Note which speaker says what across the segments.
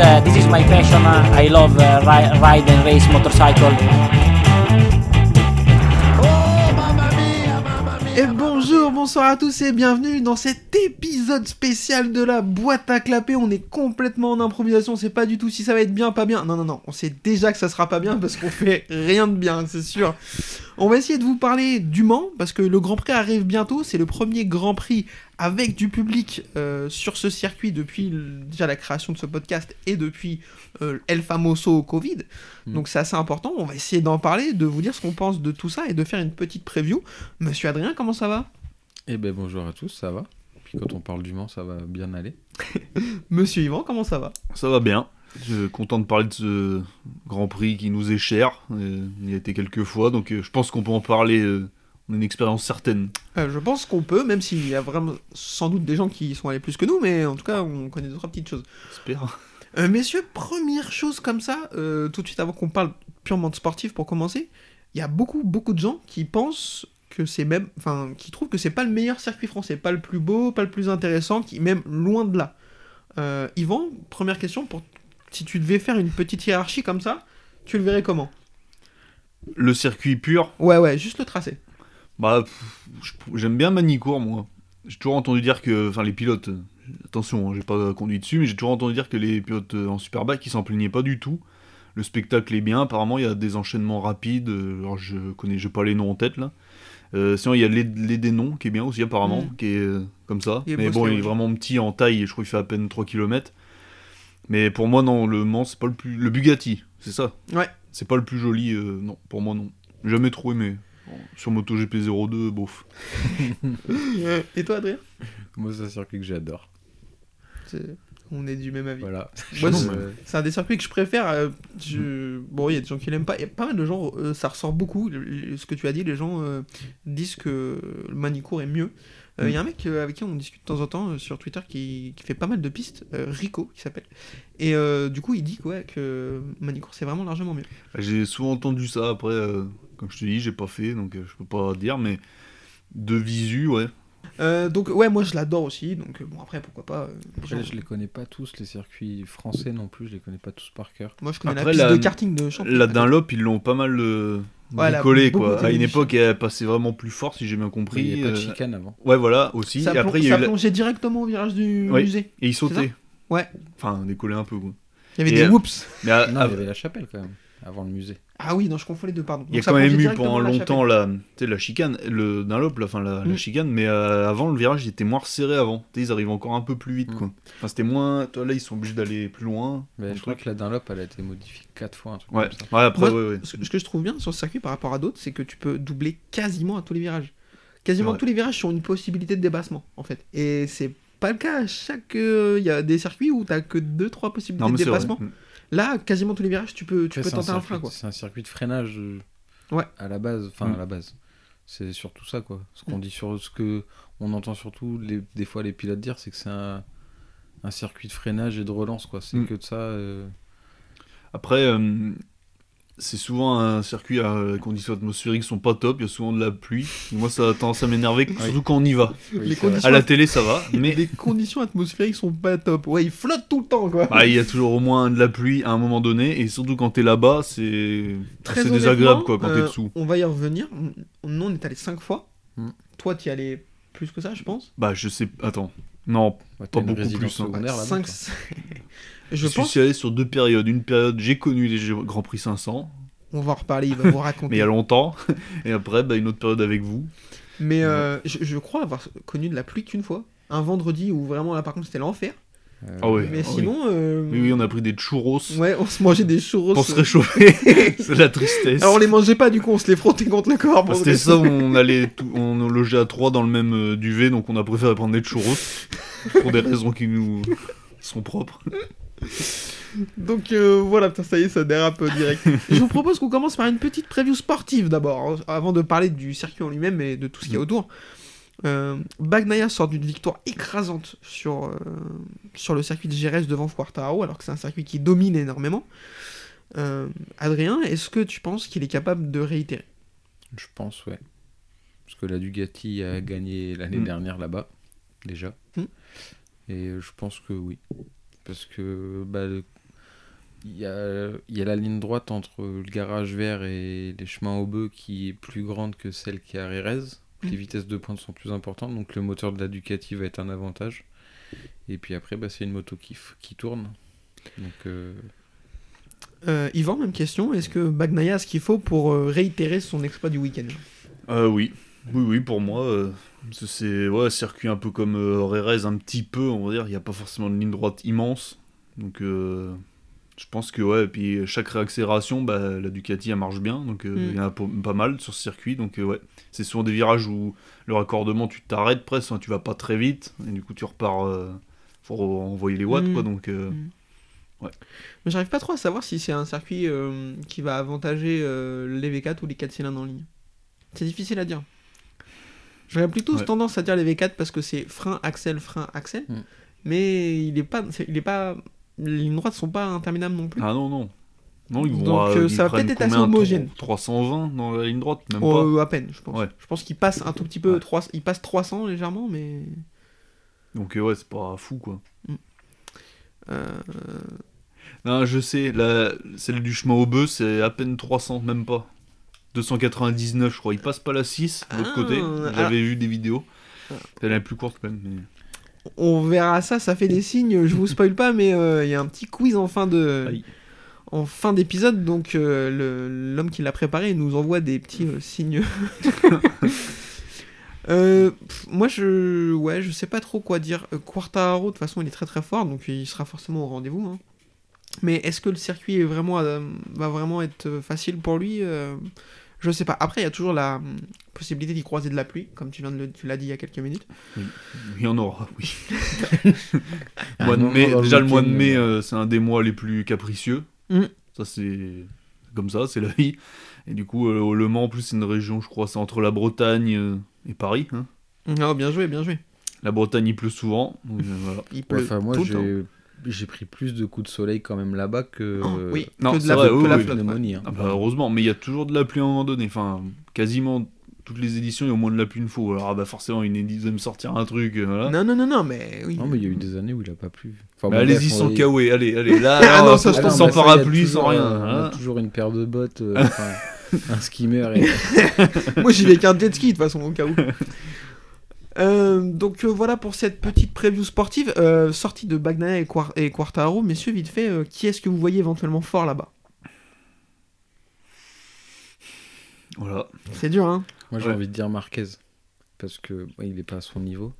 Speaker 1: Uh, my passion. I love uh, ri- ride and race motorcycle.
Speaker 2: Et bonjour, bonsoir à tous et bienvenue dans cet épisode spécial de la boîte à clapper. On est complètement en improvisation, on sait pas du tout si ça va être bien, pas bien. Non, non, non, on sait déjà que ça sera pas bien parce qu'on fait rien de bien, c'est sûr. On va essayer de vous parler du Mans parce que le Grand Prix arrive bientôt. C'est le premier Grand Prix avec du public euh, sur ce circuit depuis le- déjà la création de ce podcast et depuis euh, El Famoso Covid.
Speaker 3: Mm.
Speaker 2: Donc c'est assez important. On va essayer d'en parler, de vous dire ce qu'on pense de tout ça et de faire une petite preview. Monsieur Adrien, comment ça va
Speaker 3: Eh ben bonjour à tous, ça va Puis quand on parle du Mans, ça va bien aller.
Speaker 2: Monsieur Yvan, comment ça va
Speaker 4: Ça va bien. Je suis content de parler de ce Grand Prix qui nous est cher. Euh, il y a été quelques fois, donc euh, je pense qu'on peut en parler. euh, on a une expérience certaine.
Speaker 2: Euh, Je pense qu'on peut, même s'il y a vraiment sans doute des gens qui sont allés plus que nous, mais en tout cas, on connaît deux trois petites choses.
Speaker 4: J'espère.
Speaker 2: Euh, messieurs, première chose comme ça, euh, tout de suite avant qu'on parle purement de sportif pour commencer, il y a beaucoup, beaucoup de gens qui pensent que c'est même. Enfin, qui trouvent que c'est pas le meilleur circuit français, pas le plus beau, pas le plus intéressant, qui même loin de là. Euh, Yvan, première question, pour, si tu devais faire une petite hiérarchie comme ça, tu le verrais comment
Speaker 4: Le circuit pur,
Speaker 2: Ouais, ouais, juste le tracé.
Speaker 4: bah, pff, je- j'aime bien Manicourt, moi. J'ai toujours entendu dire que. Enfin, les pilotes. euh, Attention, hein, j'ai pas conduit dessus, mais j'ai toujours entendu dire que les pilotes euh, en Superbike, ils s'en plaignaient pas du tout. Le spectacle est bien, apparemment, il y a des enchaînements rapides. euh, Alors, je connais, j'ai pas les noms en tête, là. Euh, sinon, il y a les, les des noms qui est bien aussi, apparemment,
Speaker 2: Mm.
Speaker 4: qui est euh, comme ça.
Speaker 2: Il est
Speaker 4: mais
Speaker 2: beau,
Speaker 4: bon,
Speaker 2: ce
Speaker 4: il est
Speaker 2: gars.
Speaker 4: vraiment petit en taille, je crois qu'il fait à peine 3 km. Mais pour moi, non, le Mans, c'est pas le plus. Le Bugatti, c'est ça
Speaker 2: Ouais.
Speaker 4: C'est pas le plus joli, euh, non, pour moi, non. Jamais trouvé, mais bon, sur MotoGP 02, bof.
Speaker 2: Euh, Et toi, Adrien
Speaker 3: Moi, c'est un circuit que j'adore.
Speaker 2: C'est- Euh, On est du même avis.
Speaker 3: Voilà.
Speaker 2: Moi,
Speaker 4: non,
Speaker 3: Euh,
Speaker 2: C'est un des circuits que je préfère. euh, je- Bon, il y a des gens qui l'aiment pas. Il y a pas mal de gens, euh, ça ressort beaucoup. le- le- ce que tu as dit, les gens euh, disent que le Manicourt est mieux. Euh, Il y a un mec euh, avec qui on discute de temps en temps euh, sur Twitter qui, qui fait pas mal de pistes, euh, Rico, qui s'appelle. Et euh, du coup, il dit que, ouais, que Manicourt, c'est vraiment largement mieux.
Speaker 4: J'ai souvent entendu ça après, euh, comme je te dis, j'ai pas fait, donc euh, je peux pas dire, mais de visu, ouais.
Speaker 2: Euh, donc, ouais, moi, je l'adore aussi. Donc, euh, bon, après, pourquoi pas. euh,
Speaker 3: Je,
Speaker 2: genre,
Speaker 3: je les connais pas tous, les circuits français non plus, je les connais pas tous par cœur.
Speaker 2: moi, je connais la
Speaker 4: Après,
Speaker 2: piste
Speaker 4: la-
Speaker 2: de karting de Champs.
Speaker 4: La Dunlop, ils l'ont pas mal euh,
Speaker 2: Ouais, elle a
Speaker 4: bricolé,
Speaker 2: beaucoup
Speaker 4: quoi.
Speaker 2: été
Speaker 4: À une
Speaker 2: modifiée.
Speaker 4: époque, elle passait vraiment plus fort, si j'ai bien compris.
Speaker 3: Il y avait pas de
Speaker 4: euh,
Speaker 3: chicane avant.
Speaker 4: Ouais, voilà, aussi.
Speaker 2: Ça,
Speaker 4: et après,
Speaker 2: plon-
Speaker 4: il y
Speaker 2: ça
Speaker 4: a eu la-
Speaker 2: plongeait directement au virage du
Speaker 4: Oui.
Speaker 2: musée.
Speaker 4: Et ils sautaient.
Speaker 2: Ouais.
Speaker 4: Enfin, décoller un peu, quoi.
Speaker 2: Il y avait
Speaker 4: Et,
Speaker 2: des
Speaker 4: euh,
Speaker 2: whoops.
Speaker 4: Mais à-
Speaker 3: Non,
Speaker 4: à-
Speaker 3: il y avait la chapelle quand même, avant le musée.
Speaker 2: Ah oui, non, je confonds les deux, pardon.
Speaker 4: il y a
Speaker 2: Donc, ça
Speaker 4: quand même
Speaker 2: plongeait
Speaker 4: eu pendant
Speaker 2: directement dans la
Speaker 4: longtemps la, tu sais, la chicane, le Dunlop, la, enfin, la, la
Speaker 2: Mm.
Speaker 4: chicane, mais euh, avant, le virage il était moins resserré avant. Tu sais, ils arrivaient encore un peu plus vite,
Speaker 3: Mm.
Speaker 4: quoi. Enfin, c'était moins. Toi, là, ils sont obligés d'aller plus loin.
Speaker 3: Mais
Speaker 4: un
Speaker 3: je crois
Speaker 4: truc.
Speaker 3: que la Dunlop, elle a été modifiée quatre fois, un truc
Speaker 4: Ouais,
Speaker 3: comme ça.
Speaker 4: ouais
Speaker 2: Moi,
Speaker 4: après, ouais, ouais.
Speaker 2: Ce que, ce que je trouve bien sur ce circuit par rapport à d'autres, c'est que tu peux doubler quasiment à tous les virages. Quasiment
Speaker 4: Ouais.
Speaker 2: tous les virages ont une possibilité de dépassement, en fait. Et c'est pas le cas à chaque. euh, Il y a des circuits où t'as que 2-3 possibilités
Speaker 4: Non, mais
Speaker 2: de
Speaker 4: c'est vrai. Mm.
Speaker 2: dépassement. Là, quasiment tous les virages, tu peux, tu
Speaker 3: Après,
Speaker 2: peux
Speaker 3: c'est un
Speaker 2: tenter un
Speaker 3: circuit-
Speaker 2: frein, quoi.
Speaker 3: C'est un circuit de freinage euh,
Speaker 2: Ouais.
Speaker 3: à la base, enfin
Speaker 4: Mm.
Speaker 3: à la base. C'est surtout ça quoi. Ce qu'on dit sur ce que on entend surtout les- des fois les pilotes dire, c'est que c'est un, un circuit de freinage et de relance quoi. C'est
Speaker 4: Mm.
Speaker 3: que de ça. euh,
Speaker 4: Après, euh, c'est souvent un circuit à les conditions atmosphériques sont pas top, il y a souvent de la pluie. Et moi, ça a tendance à m'énerver, surtout quand on y va.
Speaker 2: Les
Speaker 3: c'est vrai.
Speaker 2: conditions-
Speaker 4: À la télé, ça va, mais
Speaker 2: Les conditions atmosphériques sont pas top. Ouais, ils flottent tout le temps, quoi.
Speaker 4: bah, il y a toujours au moins de la pluie à un moment donné, et surtout quand t'es là-bas, c'est
Speaker 2: Très
Speaker 4: c'est
Speaker 2: honnêtement,
Speaker 4: désagréable quoi quand
Speaker 2: euh,
Speaker 4: t'es dessous.
Speaker 2: On va y revenir. On- Nous, on est allé 5 fois.
Speaker 3: Mm.
Speaker 2: Toi, t'y allais plus que ça, je pense.
Speaker 4: Bah, je sais, attends, non,
Speaker 3: Bah, t'as
Speaker 4: Pas
Speaker 3: une
Speaker 4: beaucoup
Speaker 3: résidence
Speaker 4: plus, hein.
Speaker 3: secondaire là-bas,
Speaker 2: Cinq-
Speaker 3: quoi.
Speaker 2: je
Speaker 4: euh. je,
Speaker 2: pense.
Speaker 4: suis allé sur deux périodes. Une période, j'ai connu les Jeux- Grands Prix 500,
Speaker 2: On va en reparler, il va vous raconter.
Speaker 4: mais il y a longtemps, et après, bah, une autre période avec vous.
Speaker 2: Mais euh, je, je crois avoir connu de la pluie qu'une fois. Un vendredi où vraiment là par contre c'était l'enfer.
Speaker 3: Euh,
Speaker 4: Ah ouais.
Speaker 2: Mais
Speaker 4: ah oui.
Speaker 2: sinon. euh,
Speaker 4: Oui, oui, on a pris des churros
Speaker 2: Ouais, on se mangeait des churros. euh.
Speaker 4: pour se réchauffer, c'est la tristesse.
Speaker 2: Alors on les mangeait pas du coup, on se les frottait contre le corps.
Speaker 4: Bah,
Speaker 2: pour
Speaker 4: C'était
Speaker 2: se
Speaker 4: ça, on allait tout- on nous logeait à trois dans le même euh, duvet, donc on a préféré prendre des churros pour des raisons qui nous sont propres.
Speaker 2: Donc euh, voilà, putain, ça y est, ça dérape euh, direct. je vous propose qu'on commence par une petite preview sportive d'abord, hein, avant de parler du circuit en lui-même et de tout ce qu'il y a autour. Euh, Bagnaia sort d'une victoire écrasante sur, euh, sur le circuit de Jerez devant Quartaro, alors que c'est un circuit qui domine énormément. Euh, Adrien, est-ce que tu penses qu'il est capable de réitérer
Speaker 3: Je pense ouais. Parce que la Ducati a gagné l'année
Speaker 4: Mm.
Speaker 3: dernière là-bas déjà.
Speaker 2: Mm.
Speaker 3: Et euh, je pense que oui. Parce que bah, le- il y a, il y a la ligne droite entre le garage vert et les chemins au bœuf qui est plus grande que celle qui est à Rérez.
Speaker 2: Mm.
Speaker 3: Les vitesses de pointe sont plus importantes, donc le moteur de la Ducati va être un avantage. Et puis après, bah, c'est une moto qui, f- qui tourne. Donc, euh,
Speaker 2: Euh, Yvan, même question. Est-ce que Bagnaia a ce qu'il faut pour euh, réitérer son exploit du week-end
Speaker 4: Euh, oui, oui, oui, pour moi, euh, c'est- c'est ouais, circuit un peu comme euh, Rérez, un petit peu, on va dire. Il n'y a pas forcément de ligne droite immense. Donc, euh, je pense que, ouais, et puis chaque réaccélération, bah, la Ducati, elle marche bien. Donc, euh,
Speaker 2: Mm.
Speaker 4: il y en a po- pas mal sur ce circuit. Donc, euh, ouais, c'est souvent des virages où le raccordement, tu t'arrêtes presque, hein, tu vas pas très vite. Et du coup, tu repars. euh, pour envoyer les watts,
Speaker 2: Mm.
Speaker 4: quoi. Donc, euh,
Speaker 2: Mais j'arrive pas trop à savoir si c'est un circuit euh, qui va avantager euh, les V4 ou les 4 cylindres en ligne. C'est difficile à dire. J'aurais plutôt
Speaker 4: Ouais.
Speaker 2: tendance à dire les V4 parce que c'est frein, axel, frein, axel.
Speaker 3: Mm.
Speaker 2: Mais il est pas, c'est- il est pas, les lignes droites sont pas interminables non plus.
Speaker 4: Ah non, non. Non, ils vont
Speaker 2: Donc,
Speaker 4: à-
Speaker 2: euh,
Speaker 4: ils
Speaker 2: ça va
Speaker 4: prennent
Speaker 2: peut-être être assez
Speaker 4: combien,
Speaker 2: homogène.
Speaker 4: 320 dans la ligne droite, même pas.
Speaker 2: Oh, à peine, je pense.
Speaker 4: Ouais.
Speaker 2: Je pense qu'il passe un tout petit peu,
Speaker 4: Ouais.
Speaker 2: 300 il passe 300 légèrement, mais.
Speaker 4: Donc euh, ouais, c'est pas fou quoi.
Speaker 2: Mm. euh,
Speaker 4: Non, je sais, la... celle du chemin au bœuf, c'est à peine 300, même pas. 299, je crois. Il passe pas la 6 de l'autre
Speaker 2: Ah,
Speaker 4: côté.
Speaker 2: alors- Ah.
Speaker 4: J'avais vu des vidéos. Elle est la plus courte quand même. mais-
Speaker 2: On verra ça, ça fait des signes, je vous spoil pas, mais euh, il y a un petit quiz en fin de.
Speaker 4: Aïe.
Speaker 2: En fin d'épisode, donc euh, le- l'homme qui l'a préparé nous envoie des petits euh, signes. Euh, pff, moi, je, ouais, je sais pas trop quoi dire. Euh, Quartararo, de toute façon, il est très très fort, donc il sera forcément au rendez-vous. hein. Mais est-ce que le circuit est vraiment, euh, va vraiment être facile pour lui Euh, Je sais pas. Après, il y a toujours la hum, possibilité d'y croiser de la pluie, comme tu viens de le- tu l'as dit il y a quelques minutes.
Speaker 4: Il y en aura, oui.
Speaker 3: à un
Speaker 4: Mois de
Speaker 3: moment
Speaker 4: mai,
Speaker 3: dans le
Speaker 4: déjà, le mois de
Speaker 3: week-end,
Speaker 4: mai,
Speaker 3: euh,
Speaker 4: euh, c'est un des mois les plus capricieux.
Speaker 2: Mm.
Speaker 4: Ça, c'est comme ça, c'est la vie. Et du coup, euh, Le Mans, en plus, c'est une région, je crois, c'est entre la Bretagne euh, et Paris. hein.
Speaker 2: Non, bien joué, bien joué.
Speaker 4: La Bretagne, il pleut souvent. donc, euh, voilà.
Speaker 2: Il
Speaker 3: ouais,
Speaker 2: pleut
Speaker 3: enfin, moi,
Speaker 2: tout le temps.
Speaker 3: j'ai, j'ai pris plus de coups de soleil quand même là-bas que,
Speaker 2: Oh, oui,
Speaker 4: non,
Speaker 2: que de
Speaker 4: c'est
Speaker 2: la,
Speaker 4: vrai,
Speaker 2: que
Speaker 4: Ah, oui,
Speaker 2: la
Speaker 4: oui.
Speaker 2: flotte, ouais.
Speaker 3: pneumonie. hein.
Speaker 4: Ah bah heureusement, mais il y a toujours de la pluie à un moment donné. Enfin, quasiment toutes les éditions, il y a au moins de la pluie une fois. Alors ah bah forcément, une édition de me sortir un truc. euh, Voilà.
Speaker 2: Non, non, non, non, mais oui.
Speaker 3: Non, mais il y a eu des années où il a pas plu. Enfin,
Speaker 4: Mais
Speaker 3: bon, bah,
Speaker 4: allez-y
Speaker 3: bref, on
Speaker 4: sans
Speaker 3: est-
Speaker 4: kawé, allez, allez. Là,
Speaker 2: Ah non,
Speaker 4: là,
Speaker 2: ça, je
Speaker 3: Ah non,
Speaker 2: trouve
Speaker 4: sans
Speaker 3: mais ça, il y a
Speaker 4: parapluie, sans
Speaker 3: toujours,
Speaker 4: rien.
Speaker 3: euh, on a
Speaker 4: hein.
Speaker 3: toujours une paire de bottes, euh, enfin, un skimmer et
Speaker 2: Moi, j'y vais avec un jet ski, de toute façon, au cas où. Euh, donc euh, voilà pour cette petite preview sportive. Euh, sortie de Bagnaia et, Quar- et Quartaro, messieurs, vite fait, euh, qui est-ce que vous voyez éventuellement fort là-bas
Speaker 4: Voilà.
Speaker 2: C'est dur, hein
Speaker 3: Moi, j'ai
Speaker 4: Ouais.
Speaker 3: envie de dire Marquez. Parce que ouais, il est pas à son niveau.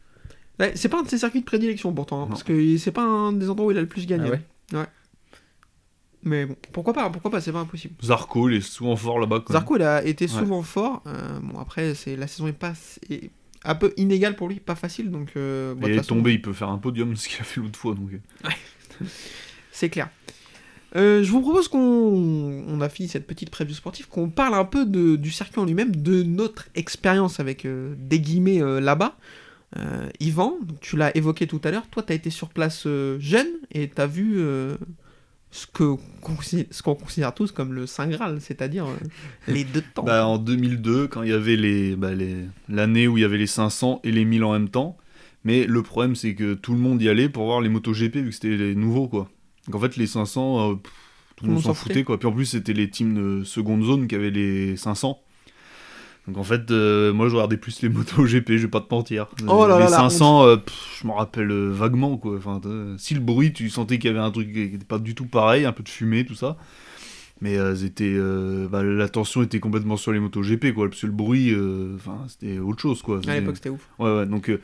Speaker 2: Ouais, C'est pas un de ses circuits de prédilection pourtant, hein,
Speaker 4: Non.
Speaker 2: parce que c'est pas un des endroits où il a le plus gagné.
Speaker 3: Ah
Speaker 2: hein. Mais bon, pourquoi pas, pourquoi pas, c'est pas impossible.
Speaker 4: Zarco, il est souvent fort là-bas. quand même.
Speaker 2: Zarco, il a été
Speaker 4: Ouais.
Speaker 2: souvent fort. Euh, bon, après, c'est la saison est pas est un peu inégale pour lui, pas facile, donc. euh, bon, de
Speaker 4: Et
Speaker 2: toute façon-
Speaker 4: tombé, il peut faire un podium, ce qu'il a fait l'autre fois. Donc. euh.
Speaker 2: C'est clair. Euh, je vous propose qu'on on a fini cette petite preview sportive, qu'on parle un peu de- du circuit en lui-même, de notre expérience avec euh, des guillemets euh, là-bas. Euh, Yvan, donc tu l'as évoqué tout à l'heure, toi tu as été sur place euh, jeune et tu as vu euh, ce que- qu'on considère- ce qu'on considère tous comme le Saint Graal, c'est-à-dire euh, les deux temps.
Speaker 4: Bah, en 2002, quand il y avait les, bah, les- l'année où il y avait les 500 et les 1000 en même temps. Mais le problème, c'est que tout le monde y allait pour voir les motos GP vu que c'était les nouveaux, quoi. Donc en fait, les 500, euh, pff, tout le monde s'en foutait, quoi. Puis en plus, c'était les teams de seconde zone qui avaient les 500. Donc en fait, euh, moi, je regardais plus les motos GP, je vais pas te mentir.
Speaker 2: Oh là
Speaker 4: les
Speaker 2: là, la
Speaker 4: 500, euh, pff, je m'en rappelle euh, vaguement, quoi. Enfin, t'as- si le bruit, tu sentais qu'il y avait un truc qui n'était pas du tout pareil, un peu de fumée, tout ça. Mais euh, c'était, euh, bah, la tension était complètement sur les motos GP, quoi. Parce que le bruit, euh, enfin, c'était autre chose, quoi.
Speaker 2: À
Speaker 4: C'était-
Speaker 2: l'époque c'était ouf.
Speaker 4: Ouais, ouais, donc euh,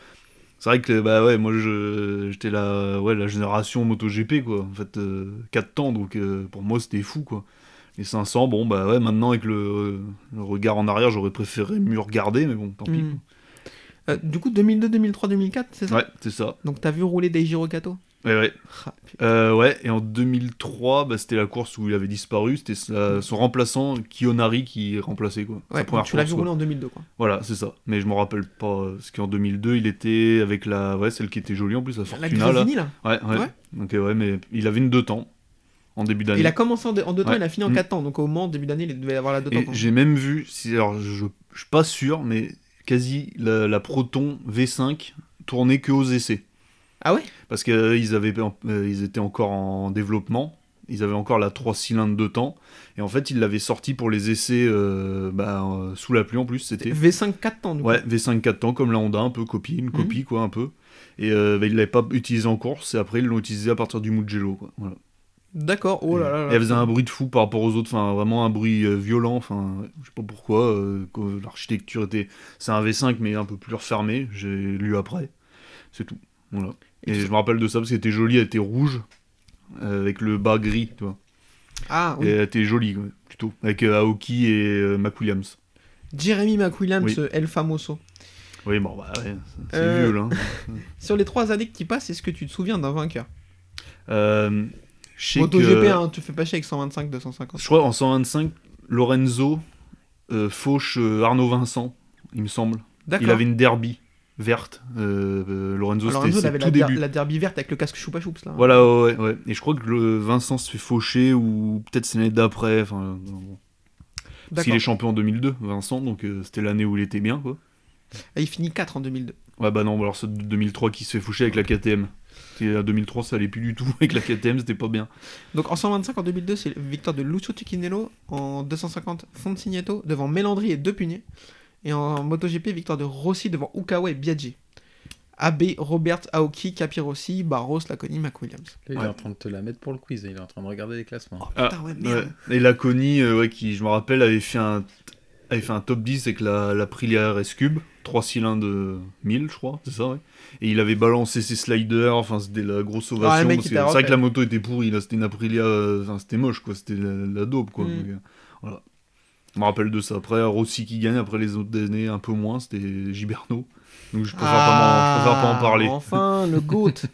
Speaker 4: c'est vrai que bah ouais, moi je- j'étais la, ouais, la génération MotoGP, quoi. En fait, 4 temps, donc euh, pour moi c'était fou, quoi. Les 500, bon, bah ouais, maintenant avec le, euh, le regard en arrière, j'aurais préféré mieux regarder, mais bon, tant pis.
Speaker 2: Mm. Euh, du coup 2002, 2003, 2004, c'est ça
Speaker 4: Ouais, c'est ça.
Speaker 2: Donc t'as vu rouler Deijiro Kato
Speaker 4: Ouais, ouais.
Speaker 2: Ah, putain.
Speaker 4: Euh, ouais, et en 2003, bah, c'était la course où il avait disparu, c'était sa- son remplaçant Kionari qui remplaçait, quoi. Sa
Speaker 2: Ouais,
Speaker 4: première
Speaker 2: tu l'as
Speaker 4: course,
Speaker 2: vu
Speaker 4: quoi.
Speaker 2: rouler en 2002 quoi.
Speaker 4: Voilà, c'est ça. Mais je m'en rappelle pas, euh, parce qu'en 2002, il était avec la, ouais, celle qui était jolie en plus, la
Speaker 2: La
Speaker 4: Fortuna, là.
Speaker 2: Gravini là
Speaker 4: Ouais, ouais.
Speaker 2: Ouais.
Speaker 4: Donc, euh, ouais, mais il avait une deux temps en début d'année.
Speaker 2: Il a commencé en deux, en deux temps,
Speaker 4: Ouais.
Speaker 2: il a fini en
Speaker 4: Mm.
Speaker 2: quatre temps. Donc au moment début d'année, il devait avoir la deux temps.
Speaker 4: Et
Speaker 2: quand même.
Speaker 4: j'ai même vu, si, alors je, je suis pas sûr, mais quasi la, la Proton V5 tournait que aux essais.
Speaker 2: Ah ouais
Speaker 4: euh, Parce qu'ils avaient, euh, ils étaient encore en développement. Ils avaient encore la 3 cylindres de temps. Et en fait, ils l'avaient sorti pour les essais euh, bah, euh, sous la pluie en plus. C'était
Speaker 2: V5 4 temps, du coup.
Speaker 4: ouais, V5 4 temps, comme la Honda, un peu copié,
Speaker 2: Mhm.
Speaker 4: une copie, quoi, un peu. Et euh, bah, ils l'avaient pas utilisé en course. Et après, ils l'ont utilisé à partir du Mugello. Quoi. Voilà.
Speaker 2: D'accord, oh là là. là.
Speaker 4: Et Elle faisait un bruit de fou par rapport aux autres, enfin vraiment un bruit euh, violent, enfin ouais, je sais pas pourquoi, euh, que l'architecture était... C'est un V5 mais un peu plus refermé, j'ai lu après, c'est tout, voilà. Et je me rappelle de ça parce qu'elle était jolie, elle était rouge, euh, avec le bas gris, tu vois.
Speaker 2: Ah, oui.
Speaker 4: Et elle était jolie, ouais, plutôt, avec euh, Aoki et euh, Mac Williams.
Speaker 2: Jeremy McWilliams,
Speaker 4: Oui.
Speaker 2: ce El Famoso.
Speaker 4: Oui, bon, bah ouais, c'est- c'est
Speaker 2: Euh.
Speaker 4: vieux, là. hein.
Speaker 2: Sur les trois années qui passent, est-ce que tu te souviens d'un vainqueur
Speaker 4: Euh, je sais
Speaker 2: MotoGP,
Speaker 4: que-
Speaker 2: hein, tu fais pas chier avec 125, 250.
Speaker 4: Je crois en 125, Lorenzo euh, fauche euh, Arnaud Vincent, il me semble.
Speaker 2: D'accord.
Speaker 4: Il avait une derby verte. euh, euh, Lorenzo,
Speaker 2: Alors,
Speaker 4: c'était
Speaker 2: Enzo, il
Speaker 4: ses
Speaker 2: avait
Speaker 4: tout
Speaker 2: la, der-
Speaker 4: début.
Speaker 2: la derby verte avec le casque choupa choups là.
Speaker 4: Voilà, ouais, ouais, ouais. Et je crois que le Vincent se fait faucher ou peut-être c'est l'année d'après. Enfin, euh, bon. parce qu'il
Speaker 2: D'accord.
Speaker 4: est champion en 2002, Vincent, donc euh, c'était l'année où il était bien, quoi.
Speaker 2: Et il finit 4 en 2002.
Speaker 4: Ouais, bah non, bah alors c'est de 2003 qui se fait faucher avec la KTM. Et à 2003, ça allait plus du tout avec la KTM, c'était pas bien.
Speaker 2: Donc en 125, en 2002, c'est la victoire de Lucio Ticinello. En 250, Fonsigneto devant Mélandry et Depunier. Et en MotoGP, victoire de Rossi devant Ukawa et Biaggi. AB, Robert, Aoki, Capirossi, Barros, Laconi, McWilliams.
Speaker 3: il
Speaker 4: Ouais.
Speaker 3: est en train de te la mettre pour le quiz, hein. il est en train de regarder les classements.
Speaker 2: Oh putain, ouais, merde.
Speaker 4: Ah, Ouais. Et la Connie, euh, ouais, qui, je me rappelle, avait fait un, avait fait un top 10 avec la, la Aprilia RS Cube, 3 cylindres euh, 1000, je crois, c'est ça, ouais. Et il avait balancé ses sliders, enfin, c'était la grosse ovation.
Speaker 2: Ah, le mec,
Speaker 4: parce
Speaker 2: il
Speaker 4: que
Speaker 2: t'a
Speaker 4: c'est vrai
Speaker 2: refait.
Speaker 4: que la moto était pourrie, là, c'était une Aprilia, euh, enfin, c'était moche, quoi, c'était la, la daube, quoi.
Speaker 2: Mm.
Speaker 4: donc, euh, voilà. Je me rappelle de ça. Après, Rossi qui gagne, après les autres années, un peu moins, c'était Giberno. Donc, je préfère, pas, m'en- je préfère pas en parler.
Speaker 2: Ah, Enfin, le GOAT.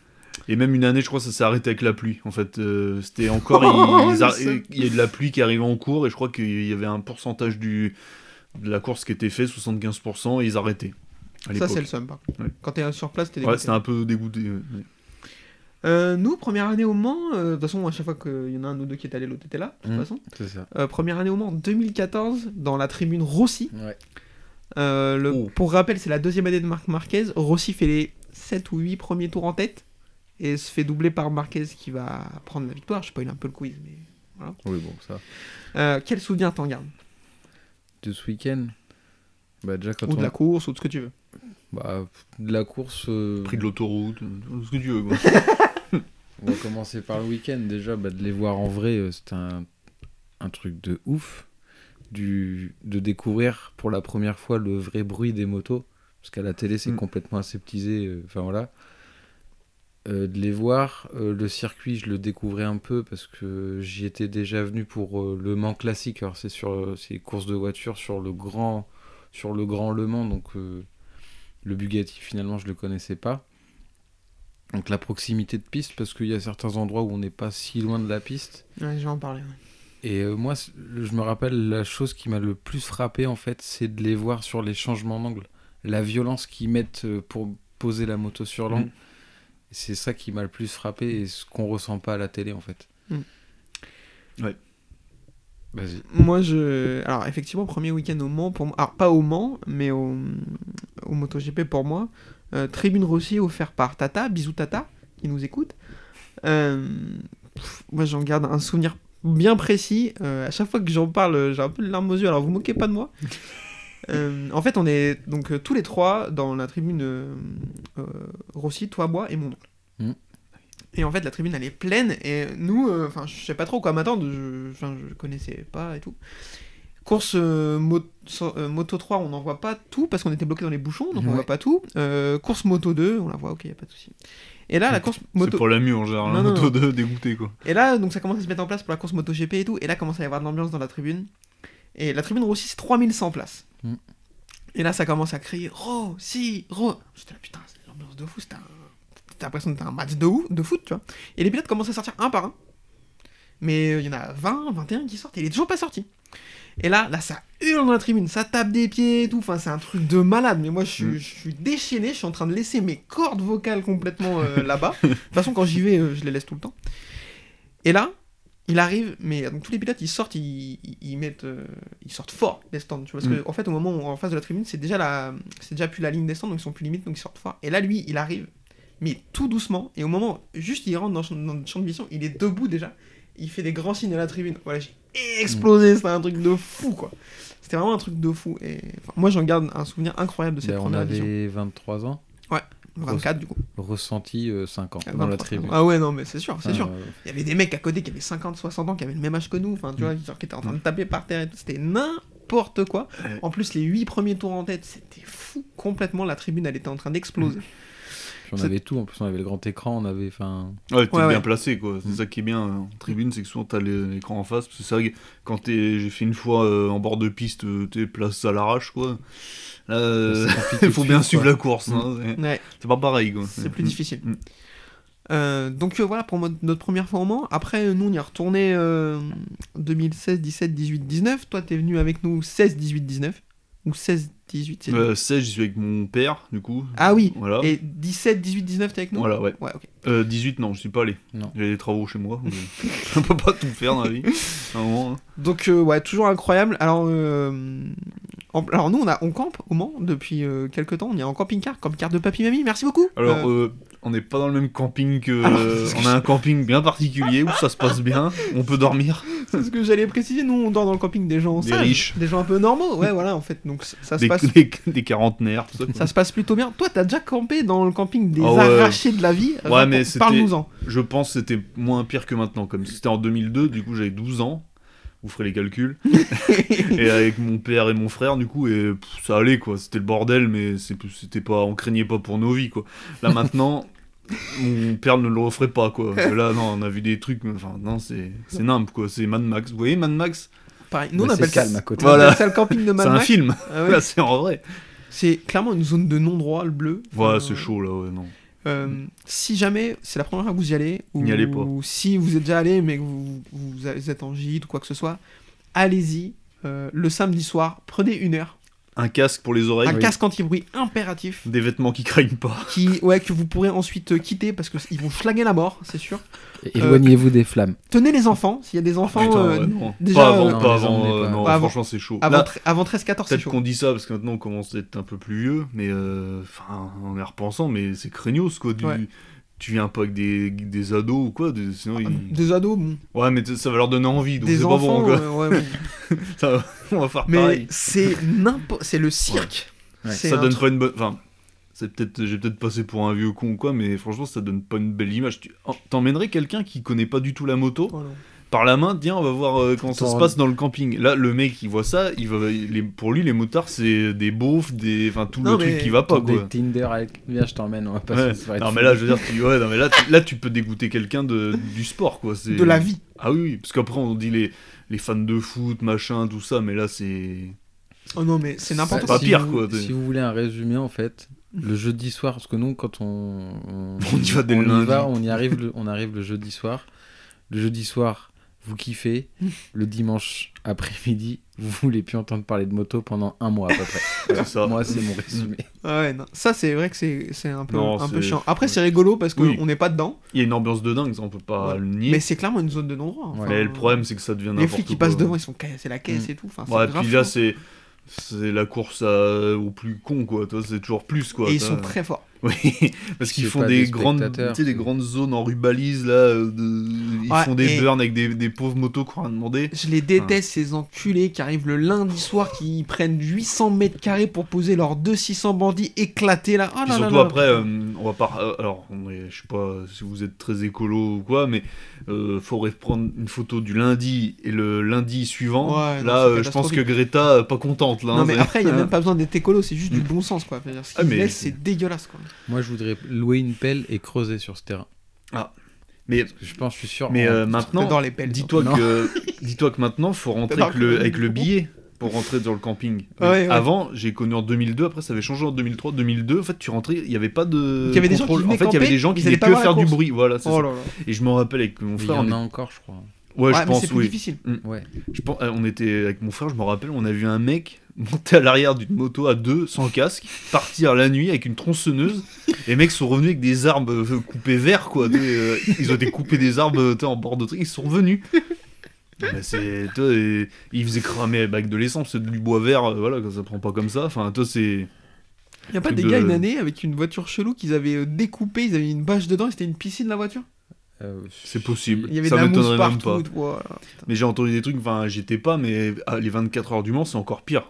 Speaker 4: Et même une année, je crois, ça s'est arrêté avec la pluie. En fait, Euh, c'était encore.
Speaker 2: Oh,
Speaker 4: ils- ils
Speaker 2: le
Speaker 4: ar-
Speaker 2: seum.
Speaker 4: il y a de la pluie qui arrivait en cours, et je crois qu'il y avait un pourcentage du, de la course qui était fait, 75%, et ils arrêtaient. À
Speaker 2: Ça,
Speaker 4: l'époque.
Speaker 2: c'est le seum, par contre.
Speaker 4: Ouais.
Speaker 2: Quand t'es sur place, t'es
Speaker 4: Ouais,
Speaker 2: dégoûté.
Speaker 4: c'était un peu dégoûté. ouais.
Speaker 2: Euh, nous, première année au Mans, euh, de toute façon, à chaque fois qu'il y en a un ou deux qui est allé, l'autre était là, de toute
Speaker 4: Mmh.
Speaker 3: Mm.
Speaker 2: façon.
Speaker 4: Ah,
Speaker 3: C'est ça.
Speaker 2: Euh, première année au Mans, 2014, dans la tribune Rossi.
Speaker 3: Ouais.
Speaker 2: Euh, le-
Speaker 4: Oh.
Speaker 2: Pour rappel, c'est la deuxième année de Marc Marquez. Rossi fait les 7 ou 8 premiers tours en tête et se fait doubler par Marquez qui va prendre la victoire. Je spoil un peu le quiz, mais.
Speaker 3: Oui, bon, ça.
Speaker 2: Euh, quel souvenir t'en gardes
Speaker 3: De ce week-end Bah, déjà quand
Speaker 2: Ou
Speaker 3: on.
Speaker 2: de la course, ou de ce que tu veux.
Speaker 3: Bah, de la course. euh,
Speaker 4: Prix de l'autoroute, euh, ce que tu veux. quoi.
Speaker 3: On va commencer par le week-end déjà, bah, de les voir en vrai, euh, c'était un, un truc de ouf. Du, de découvrir pour la première fois le vrai bruit des motos, parce qu'à la télé c'est
Speaker 4: Mm.
Speaker 3: complètement aseptisé, euh, enfin voilà. Euh, de les voir, euh, le circuit je le découvrais un peu parce que j'y étais déjà venu pour euh, le Mans classique, alors c'est sur euh, c'est courses de voiture sur le grand sur le grand Le Mans, donc euh, le Bugatti finalement je le connaissais pas. Donc la proximité de piste, parce qu'il y a certains endroits où on n'est pas si loin de la piste.
Speaker 2: Ouais, je vais en parler. ouais.
Speaker 3: Et euh, moi, c- je me rappelle la chose qui m'a le plus frappé en fait, c'est de les voir sur les changements d'angle, la violence qu'ils mettent euh, pour poser la moto sur l'angle.
Speaker 4: Mm.
Speaker 3: C'est ça qui m'a le plus frappé et ce qu'on ressent pas à la télé en fait.
Speaker 2: Mm.
Speaker 4: Ouais.
Speaker 3: Vas-y.
Speaker 2: Moi, je. Alors, effectivement, premier week-end au Mans, pour moi. Alors, pas au Mans, mais au, au MotoGP pour moi. Euh, Tribune Rossi offert par Tata, bisous Tata, qui nous écoute. Euh, pff, moi, j'en garde un souvenir bien précis. Euh, à chaque fois que j'en parle, euh, j'ai un peu de larmes aux yeux, alors vous moquez pas de moi. Euh, en fait, on est donc euh, tous les trois dans la tribune euh, euh, Rossi, toi, moi et mon oncle.
Speaker 3: Mm.
Speaker 2: Et en fait, la tribune elle est pleine et nous, euh, enfin, je sais pas trop quoi m'attendre, je, enfin, je connaissais pas et tout. Course euh, mo- so- euh, moto 3, on n'en voit pas tout parce qu'on était bloqué dans les bouchons, donc on
Speaker 3: Ouais.
Speaker 2: voit pas tout. Euh, course moto 2, on la voit, ok, y a pas de souci. Et là, Ah, la course
Speaker 4: C'est
Speaker 2: moto.
Speaker 4: pour la mieux en général, la
Speaker 2: Non, non,
Speaker 4: moto 2 dégoûtée quoi.
Speaker 2: Et là, donc ça commence à se mettre en place pour la course MotoGP et tout. Et là, commence à y avoir de l'ambiance dans la tribune. Et la tribune Rossi, c'est 3100 places.
Speaker 3: Mm.
Speaker 2: Et là, ça commence à crier Rossi, Ro. J'étais là, putain, c'est l'ambiance de fou. c'était un- T'as l'impression d'être un match de, ou- de foot, tu vois. Et les pilotes commencent à sortir un par un. Mais euh, il y en a 20, 21 qui sortent. Et il est toujours pas sorti. Et là, là, ça hurle dans la tribune, ça tape des pieds et tout. Enfin, c'est un truc de malade. Mais moi, je suis,
Speaker 4: Mm.
Speaker 2: je suis déchaîné. Je suis en train de laisser mes cordes vocales complètement euh, là-bas. De toute façon, quand j'y vais, euh, je les laisse tout le temps. Et là, il arrive, mais donc tous les pilotes ils sortent, ils, ils- ils mettent, euh, ils sortent fort des stands, tu vois,
Speaker 3: Mm.
Speaker 2: parce que en fait au moment où en face de la tribune c'est déjà la, c'est déjà plus la ligne des stands, donc ils sont plus limites, donc ils sortent fort. Et là lui, il arrive, mais tout doucement, et au moment juste il rentre dans, son- dans le champ de vision, il est debout déjà, il fait des grands signes à la tribune. Voilà, j'ai
Speaker 3: Mm.
Speaker 2: explosé, c'était un truc de fou, quoi. C'était vraiment un truc de fou. Et enfin, moi, j'en garde un souvenir incroyable de cette
Speaker 3: Ben, on
Speaker 2: première édition.
Speaker 3: avait 23 ans,
Speaker 2: 24, du coup.
Speaker 3: ressenti 5 ans
Speaker 2: Ah,
Speaker 3: dans la
Speaker 2: 23.
Speaker 3: tribune.
Speaker 2: Ah ouais, non, mais c'est sûr, c'est
Speaker 3: Enfin,
Speaker 2: sûr.
Speaker 3: euh,
Speaker 2: Il y avait des mecs à côté qui avaient 50, 60 ans, qui avaient le même âge que nous,
Speaker 4: Mm.
Speaker 2: enfin, tu vois, genre, qui étaient en train de taper par terre et tout. C'était n'importe quoi.
Speaker 4: Ouais.
Speaker 2: En plus, les 8 premiers tours en tête, c'était fou. Complètement, la tribune, elle était en train d'exploser.
Speaker 3: puis on
Speaker 2: C'est-
Speaker 3: avait tout, en plus on avait le grand écran, on avait. enfin
Speaker 4: Ouais, t'es
Speaker 2: Ouais,
Speaker 4: bien
Speaker 2: ouais. Mm.
Speaker 4: placé, quoi. C'est ça qui est bien euh, en tribune, c'est que souvent t'as les- l'écran en face. Parce que c'est vrai que quand t'es- j'ai fait une fois euh, en bord de piste, euh, t'es place à l'arrache, quoi. Là, euh,
Speaker 3: c'est compliqué
Speaker 4: il
Speaker 3: de
Speaker 4: faut bien suivre
Speaker 3: quoi.
Speaker 4: la course. hein. C'est-
Speaker 2: Ouais,
Speaker 4: C'est pas pareil, quoi.
Speaker 2: c'est plus difficile.
Speaker 4: Mm.
Speaker 2: Euh, donc euh, voilà pour mo- notre première fois au Mans. Après, euh, nous on y est retourné euh, 2016, 17, 18, 19. Toi t'es venu avec nous 16, 18, 19. Ou 16, 18, c'est
Speaker 4: Euh, 16, j'y suis avec mon père, du coup.
Speaker 2: Ah oui
Speaker 4: Voilà.
Speaker 2: Et 17, 18, 19 t'es avec nous
Speaker 4: Voilà, Oh. ouais.
Speaker 2: Ouais, ok.
Speaker 4: Euh, 18, non, je suis pas allé.
Speaker 3: Non.
Speaker 4: J'ai des travaux chez moi. mais Je peux pas tout faire dans la vie. À un moment, hein.
Speaker 2: Donc euh, ouais, toujours incroyable. Alors, euh, en- alors nous on, a, on campe au Mans depuis euh, quelques temps. On y est en camping-car, camping-car de papy mamie. Merci beaucoup. Euh,
Speaker 4: Alors, euh, on n'est pas dans le même camping que.
Speaker 2: Ah non,
Speaker 4: euh,
Speaker 2: parce que
Speaker 4: on a un camping bien particulier où ça se passe bien, on peut dormir.
Speaker 2: C'est ce que j'allais préciser, nous on dort dans le camping des gens
Speaker 4: Des
Speaker 2: sages,
Speaker 4: riches.
Speaker 2: des gens un peu normaux, ouais voilà en fait, donc c- ça se
Speaker 4: Des,
Speaker 2: passe,
Speaker 4: des, des quarantenaires, tout ça. quoi.
Speaker 2: ça se passe plutôt bien. Toi t'as déjà campé dans le camping des
Speaker 4: Ah ouais.
Speaker 2: arrachés de la vie,
Speaker 4: Ouais,
Speaker 2: Raconte-
Speaker 4: mais c'était-
Speaker 2: parle-nous-en.
Speaker 4: Je pense que c'était moins pire que maintenant. Comme c'était en 2002, du coup j'avais 12 ans. Vous ferez les calculs. et avec mon père et mon frère, du coup, et pff, ça allait quoi. C'était le bordel, mais c'est- c'était pas, on craignait pas pour nos vies quoi. Là maintenant, mon père ne le referait pas quoi. Parce que Là, non, on a vu des trucs, mais enfin, non, c'est c'est nimp quoi. C'est Mad Max. Vous voyez Mad Max
Speaker 2: Pareil, nous on
Speaker 3: Mais c'est
Speaker 2: appelle,
Speaker 3: calme
Speaker 2: ça,
Speaker 3: à côté.
Speaker 2: on appelle
Speaker 4: Voilà.
Speaker 2: ça le camping de
Speaker 4: C'est
Speaker 2: Mad
Speaker 4: un
Speaker 2: Max.
Speaker 4: film.
Speaker 2: Ah ouais.
Speaker 4: Là, c'est en vrai.
Speaker 2: C'est clairement une zone de non-droit, le bleu.
Speaker 4: Ouais,
Speaker 2: Euh,
Speaker 4: c'est chaud là, ouais, non.
Speaker 2: euh, si jamais c'est la première fois que vous y allez, ou
Speaker 4: Mm. N'y allez pas.
Speaker 2: si vous êtes déjà allé mais que vous, vous êtes en gîte ou quoi que ce soit, allez-y euh, le samedi soir, prenez une heure,
Speaker 4: Un casque pour les oreilles.
Speaker 2: un
Speaker 4: Oui.
Speaker 2: casque anti-bruit impératif.
Speaker 4: Des vêtements qui craignent pas.
Speaker 2: qui, ouais, que vous pourrez ensuite euh, quitter parce qu'ils vont schlaguer la mort, c'est sûr.
Speaker 3: Et Éloignez-vous des flammes.
Speaker 2: Tenez les enfants, s'il y a des enfants
Speaker 4: Putain,
Speaker 2: euh,
Speaker 4: ouais, non.
Speaker 2: déjà,
Speaker 4: pas avant,
Speaker 2: euh,
Speaker 4: pas
Speaker 3: Non, les
Speaker 4: avant.
Speaker 3: emmenez
Speaker 4: euh,
Speaker 3: pas.
Speaker 4: non,
Speaker 2: Pas avant.
Speaker 4: franchement, c'est chaud.
Speaker 2: avant,
Speaker 4: Là,
Speaker 2: tre- avant 13-14, c'est
Speaker 4: Peut-être
Speaker 2: chaud.
Speaker 4: qu'on dit ça parce que maintenant on commence à être un peu plus vieux, mais euh, enfin, en y repensant, mais c'est craignos quoi. Du,
Speaker 2: Ouais.
Speaker 4: Tu viens pas avec des, des ados ou quoi, des- sinon ils-
Speaker 2: Ah, Des ados, bon.
Speaker 4: Ouais, mais t- ça va leur donner envie, donc
Speaker 2: des
Speaker 4: c'est pas
Speaker 2: enfants,
Speaker 4: bon quoi.
Speaker 2: euh, ouais, bon.
Speaker 4: Ça va- on va faire
Speaker 2: mais
Speaker 4: pareil.
Speaker 2: c'est n'importe, c'est le cirque.
Speaker 3: Ouais. Ouais.
Speaker 2: C'est
Speaker 4: Ça
Speaker 2: un
Speaker 4: donne
Speaker 2: truc-
Speaker 4: pas une bonne. Enfin, c'est peut-être, j'ai peut-être passé pour un vieux con ou quoi, mais franchement, ça donne pas une belle image. Tu en- t'emmènerais quelqu'un qui connaît pas du tout la moto
Speaker 2: Oh non.
Speaker 4: par la main, tiens, on va voir euh, comment ça
Speaker 3: Attends,
Speaker 4: se passe dans le camping. Là, le mec, il voit ça, il va, il est- pour lui, les motards, c'est des beaufs, des, enfin, tout
Speaker 2: Non,
Speaker 4: le
Speaker 2: mais-
Speaker 4: truc qui va pas Oh, quoi.
Speaker 3: Des Tinder avec. Viens, je t'emmène, on va
Speaker 4: Ouais.
Speaker 3: passer une soirée de
Speaker 4: Non mais
Speaker 3: fou.
Speaker 4: là je veux dire tu, ouais, non, mais là, tu, là tu peux dégoûter quelqu'un de, du sport quoi c'est
Speaker 2: De la vie.
Speaker 4: ah oui, oui parce qu'après on dit les, les fans de foot machin tout ça mais là c'est
Speaker 2: Oh non, mais c'est n'importe
Speaker 4: C'est
Speaker 2: quoi.
Speaker 4: pas
Speaker 3: si
Speaker 4: pire,
Speaker 3: vous-
Speaker 4: quoi, t'es-
Speaker 3: Si vous voulez un résumé, en fait, le jeudi soir, parce que nous, quand on. On,
Speaker 4: On y va dès le
Speaker 3: on
Speaker 4: lundi.
Speaker 3: va, on y arrive, le- on arrive le jeudi soir. Le jeudi soir, vous kiffez. Le dimanche après-midi, vous voulez plus entendre parler de moto pendant un mois à peu près. Voilà.
Speaker 4: ça.
Speaker 3: Moi, c'est mon résumé.
Speaker 2: Ah ouais, non. Ça, c'est vrai que c'est c'est un peu,
Speaker 4: Non,
Speaker 2: un peu
Speaker 4: c'est-
Speaker 2: chiant. Après, c'est rigolo parce qu'on
Speaker 4: Oui.
Speaker 2: n'est pas dedans,
Speaker 4: il y a une ambiance de dingue ça on peut pas
Speaker 2: Ouais.
Speaker 4: le nier
Speaker 2: mais
Speaker 4: mais,
Speaker 2: c'est clairement une zone de non-droit. enfin,
Speaker 4: le problème c'est que ça devient
Speaker 2: les
Speaker 4: n'importe quoi
Speaker 2: flics qui passent devant, ils sont cassés la caisse
Speaker 3: Mm.
Speaker 2: et tout. Enfin, c'est
Speaker 4: ouais
Speaker 2: grave
Speaker 4: puis là
Speaker 2: chiant.
Speaker 4: c'est c'est la course à- au plus con quoi toi c'est toujours plus quoi
Speaker 2: Et ils
Speaker 4: t'as-
Speaker 2: sont très forts.
Speaker 4: oui parce qu'ils
Speaker 3: C'est
Speaker 4: font
Speaker 3: pas
Speaker 4: des,
Speaker 3: des
Speaker 4: grandes
Speaker 3: spectateurs,
Speaker 4: tu sais, des
Speaker 3: c'est-
Speaker 4: grandes zones en rubalise là euh, de- ils
Speaker 2: Ouais,
Speaker 4: font des
Speaker 2: et-
Speaker 4: burns avec des, des pauvres motos qu'on a demandé
Speaker 2: Je les déteste, ces enculés qui arrivent le lundi soir, qui prennent 800 mètres carrés pour poser leurs 200-600 bandits éclatés là. Oh
Speaker 4: Puis
Speaker 2: là là
Speaker 4: surtout
Speaker 2: là.
Speaker 4: après, euh, on va pas. euh, alors, on est- je sais pas si vous êtes très écolo ou quoi, mais euh, faudrait prendre une photo du lundi et le lundi suivant.
Speaker 2: Ouais, non,
Speaker 4: là,
Speaker 2: c'est
Speaker 4: euh, je pense que
Speaker 2: catastrophique.
Speaker 4: Greta, euh, pas contente là.
Speaker 2: Non
Speaker 4: hein,
Speaker 2: mais
Speaker 4: c'est-
Speaker 2: après, il n'y a même pas besoin d'être écolo, c'est juste du
Speaker 4: Mm.
Speaker 2: bon sens quoi. Enfin, Ce
Speaker 4: Ah,
Speaker 2: qu'ils
Speaker 4: mais
Speaker 2: laissent,
Speaker 4: c'est-
Speaker 2: c'est dégueulasse quoi.
Speaker 3: Moi, je voudrais louer une pelle et creuser sur ce terrain.
Speaker 4: Mais,
Speaker 3: Parce que je pense, je suis sûr.
Speaker 4: mais
Speaker 3: en-
Speaker 4: euh,
Speaker 2: Non,
Speaker 4: maintenant,
Speaker 2: dans les pelles.
Speaker 4: dis-toi
Speaker 3: Non.
Speaker 4: que, dis-toi que maintenant, faut rentrer
Speaker 2: T'as
Speaker 4: avec le,
Speaker 2: marqué.
Speaker 4: avec le billet pour rentrer dans le camping.
Speaker 2: Ouais, ouais.
Speaker 4: Avant, j'ai connu en 2002. Après, ça avait changé en 2003, 2002. En fait, tu rentrais, il n'y avait pas de.
Speaker 2: Il y avait des gens qui
Speaker 4: contrôle.
Speaker 2: venaient
Speaker 4: En fait, il y avait
Speaker 2: camper,
Speaker 4: des gens
Speaker 2: ils
Speaker 4: qui
Speaker 2: allaient
Speaker 4: venaient
Speaker 2: pas
Speaker 4: que
Speaker 2: voir la
Speaker 4: faire du
Speaker 2: course.
Speaker 4: bruit. Voilà. c'est
Speaker 2: Oh
Speaker 4: ça.
Speaker 2: là là.
Speaker 4: Et je me rappelle avec mon
Speaker 3: mais il y
Speaker 4: frère. on
Speaker 3: en a
Speaker 4: est-
Speaker 3: encore, je crois.
Speaker 4: Ouais,
Speaker 2: Ouais,
Speaker 4: je
Speaker 2: mais
Speaker 4: pense.
Speaker 2: c'est plus
Speaker 4: oui.
Speaker 2: difficile.
Speaker 3: Ouais.
Speaker 4: Je pense, euh, on était avec mon frère, je me rappelle, on a vu un mec monter à l'arrière d'une moto à deux, sans casque, partir la nuit avec une tronçonneuse. Les mecs sont revenus avec des arbres euh, coupés verts, quoi. des, euh, ils ont découpé des arbres euh, t'sais, en bord de truc, ils sont revenus. Mais c'est, toi, euh, ils faisaient cramer avec de l'essence, c'est du bois vert, euh, voilà, ça prend pas comme ça. Enfin, toi, c'est.
Speaker 2: Il n'y a pas
Speaker 4: Truc
Speaker 2: des
Speaker 4: de-
Speaker 2: gars une année avec une voiture chelou qu'ils avaient euh, découpée, ils avaient une bâche dedans et c'était une piscine la voiture
Speaker 3: Euh,
Speaker 4: C'est possible.
Speaker 2: Il y avait
Speaker 4: ça
Speaker 2: de la mousse
Speaker 4: m'étonnerait même
Speaker 2: partout.
Speaker 4: pas.
Speaker 2: voilà.
Speaker 4: Mais j'ai entendu des trucs, enfin, j'étais pas, mais ah, les 24 heures du Mans, c'est encore pire.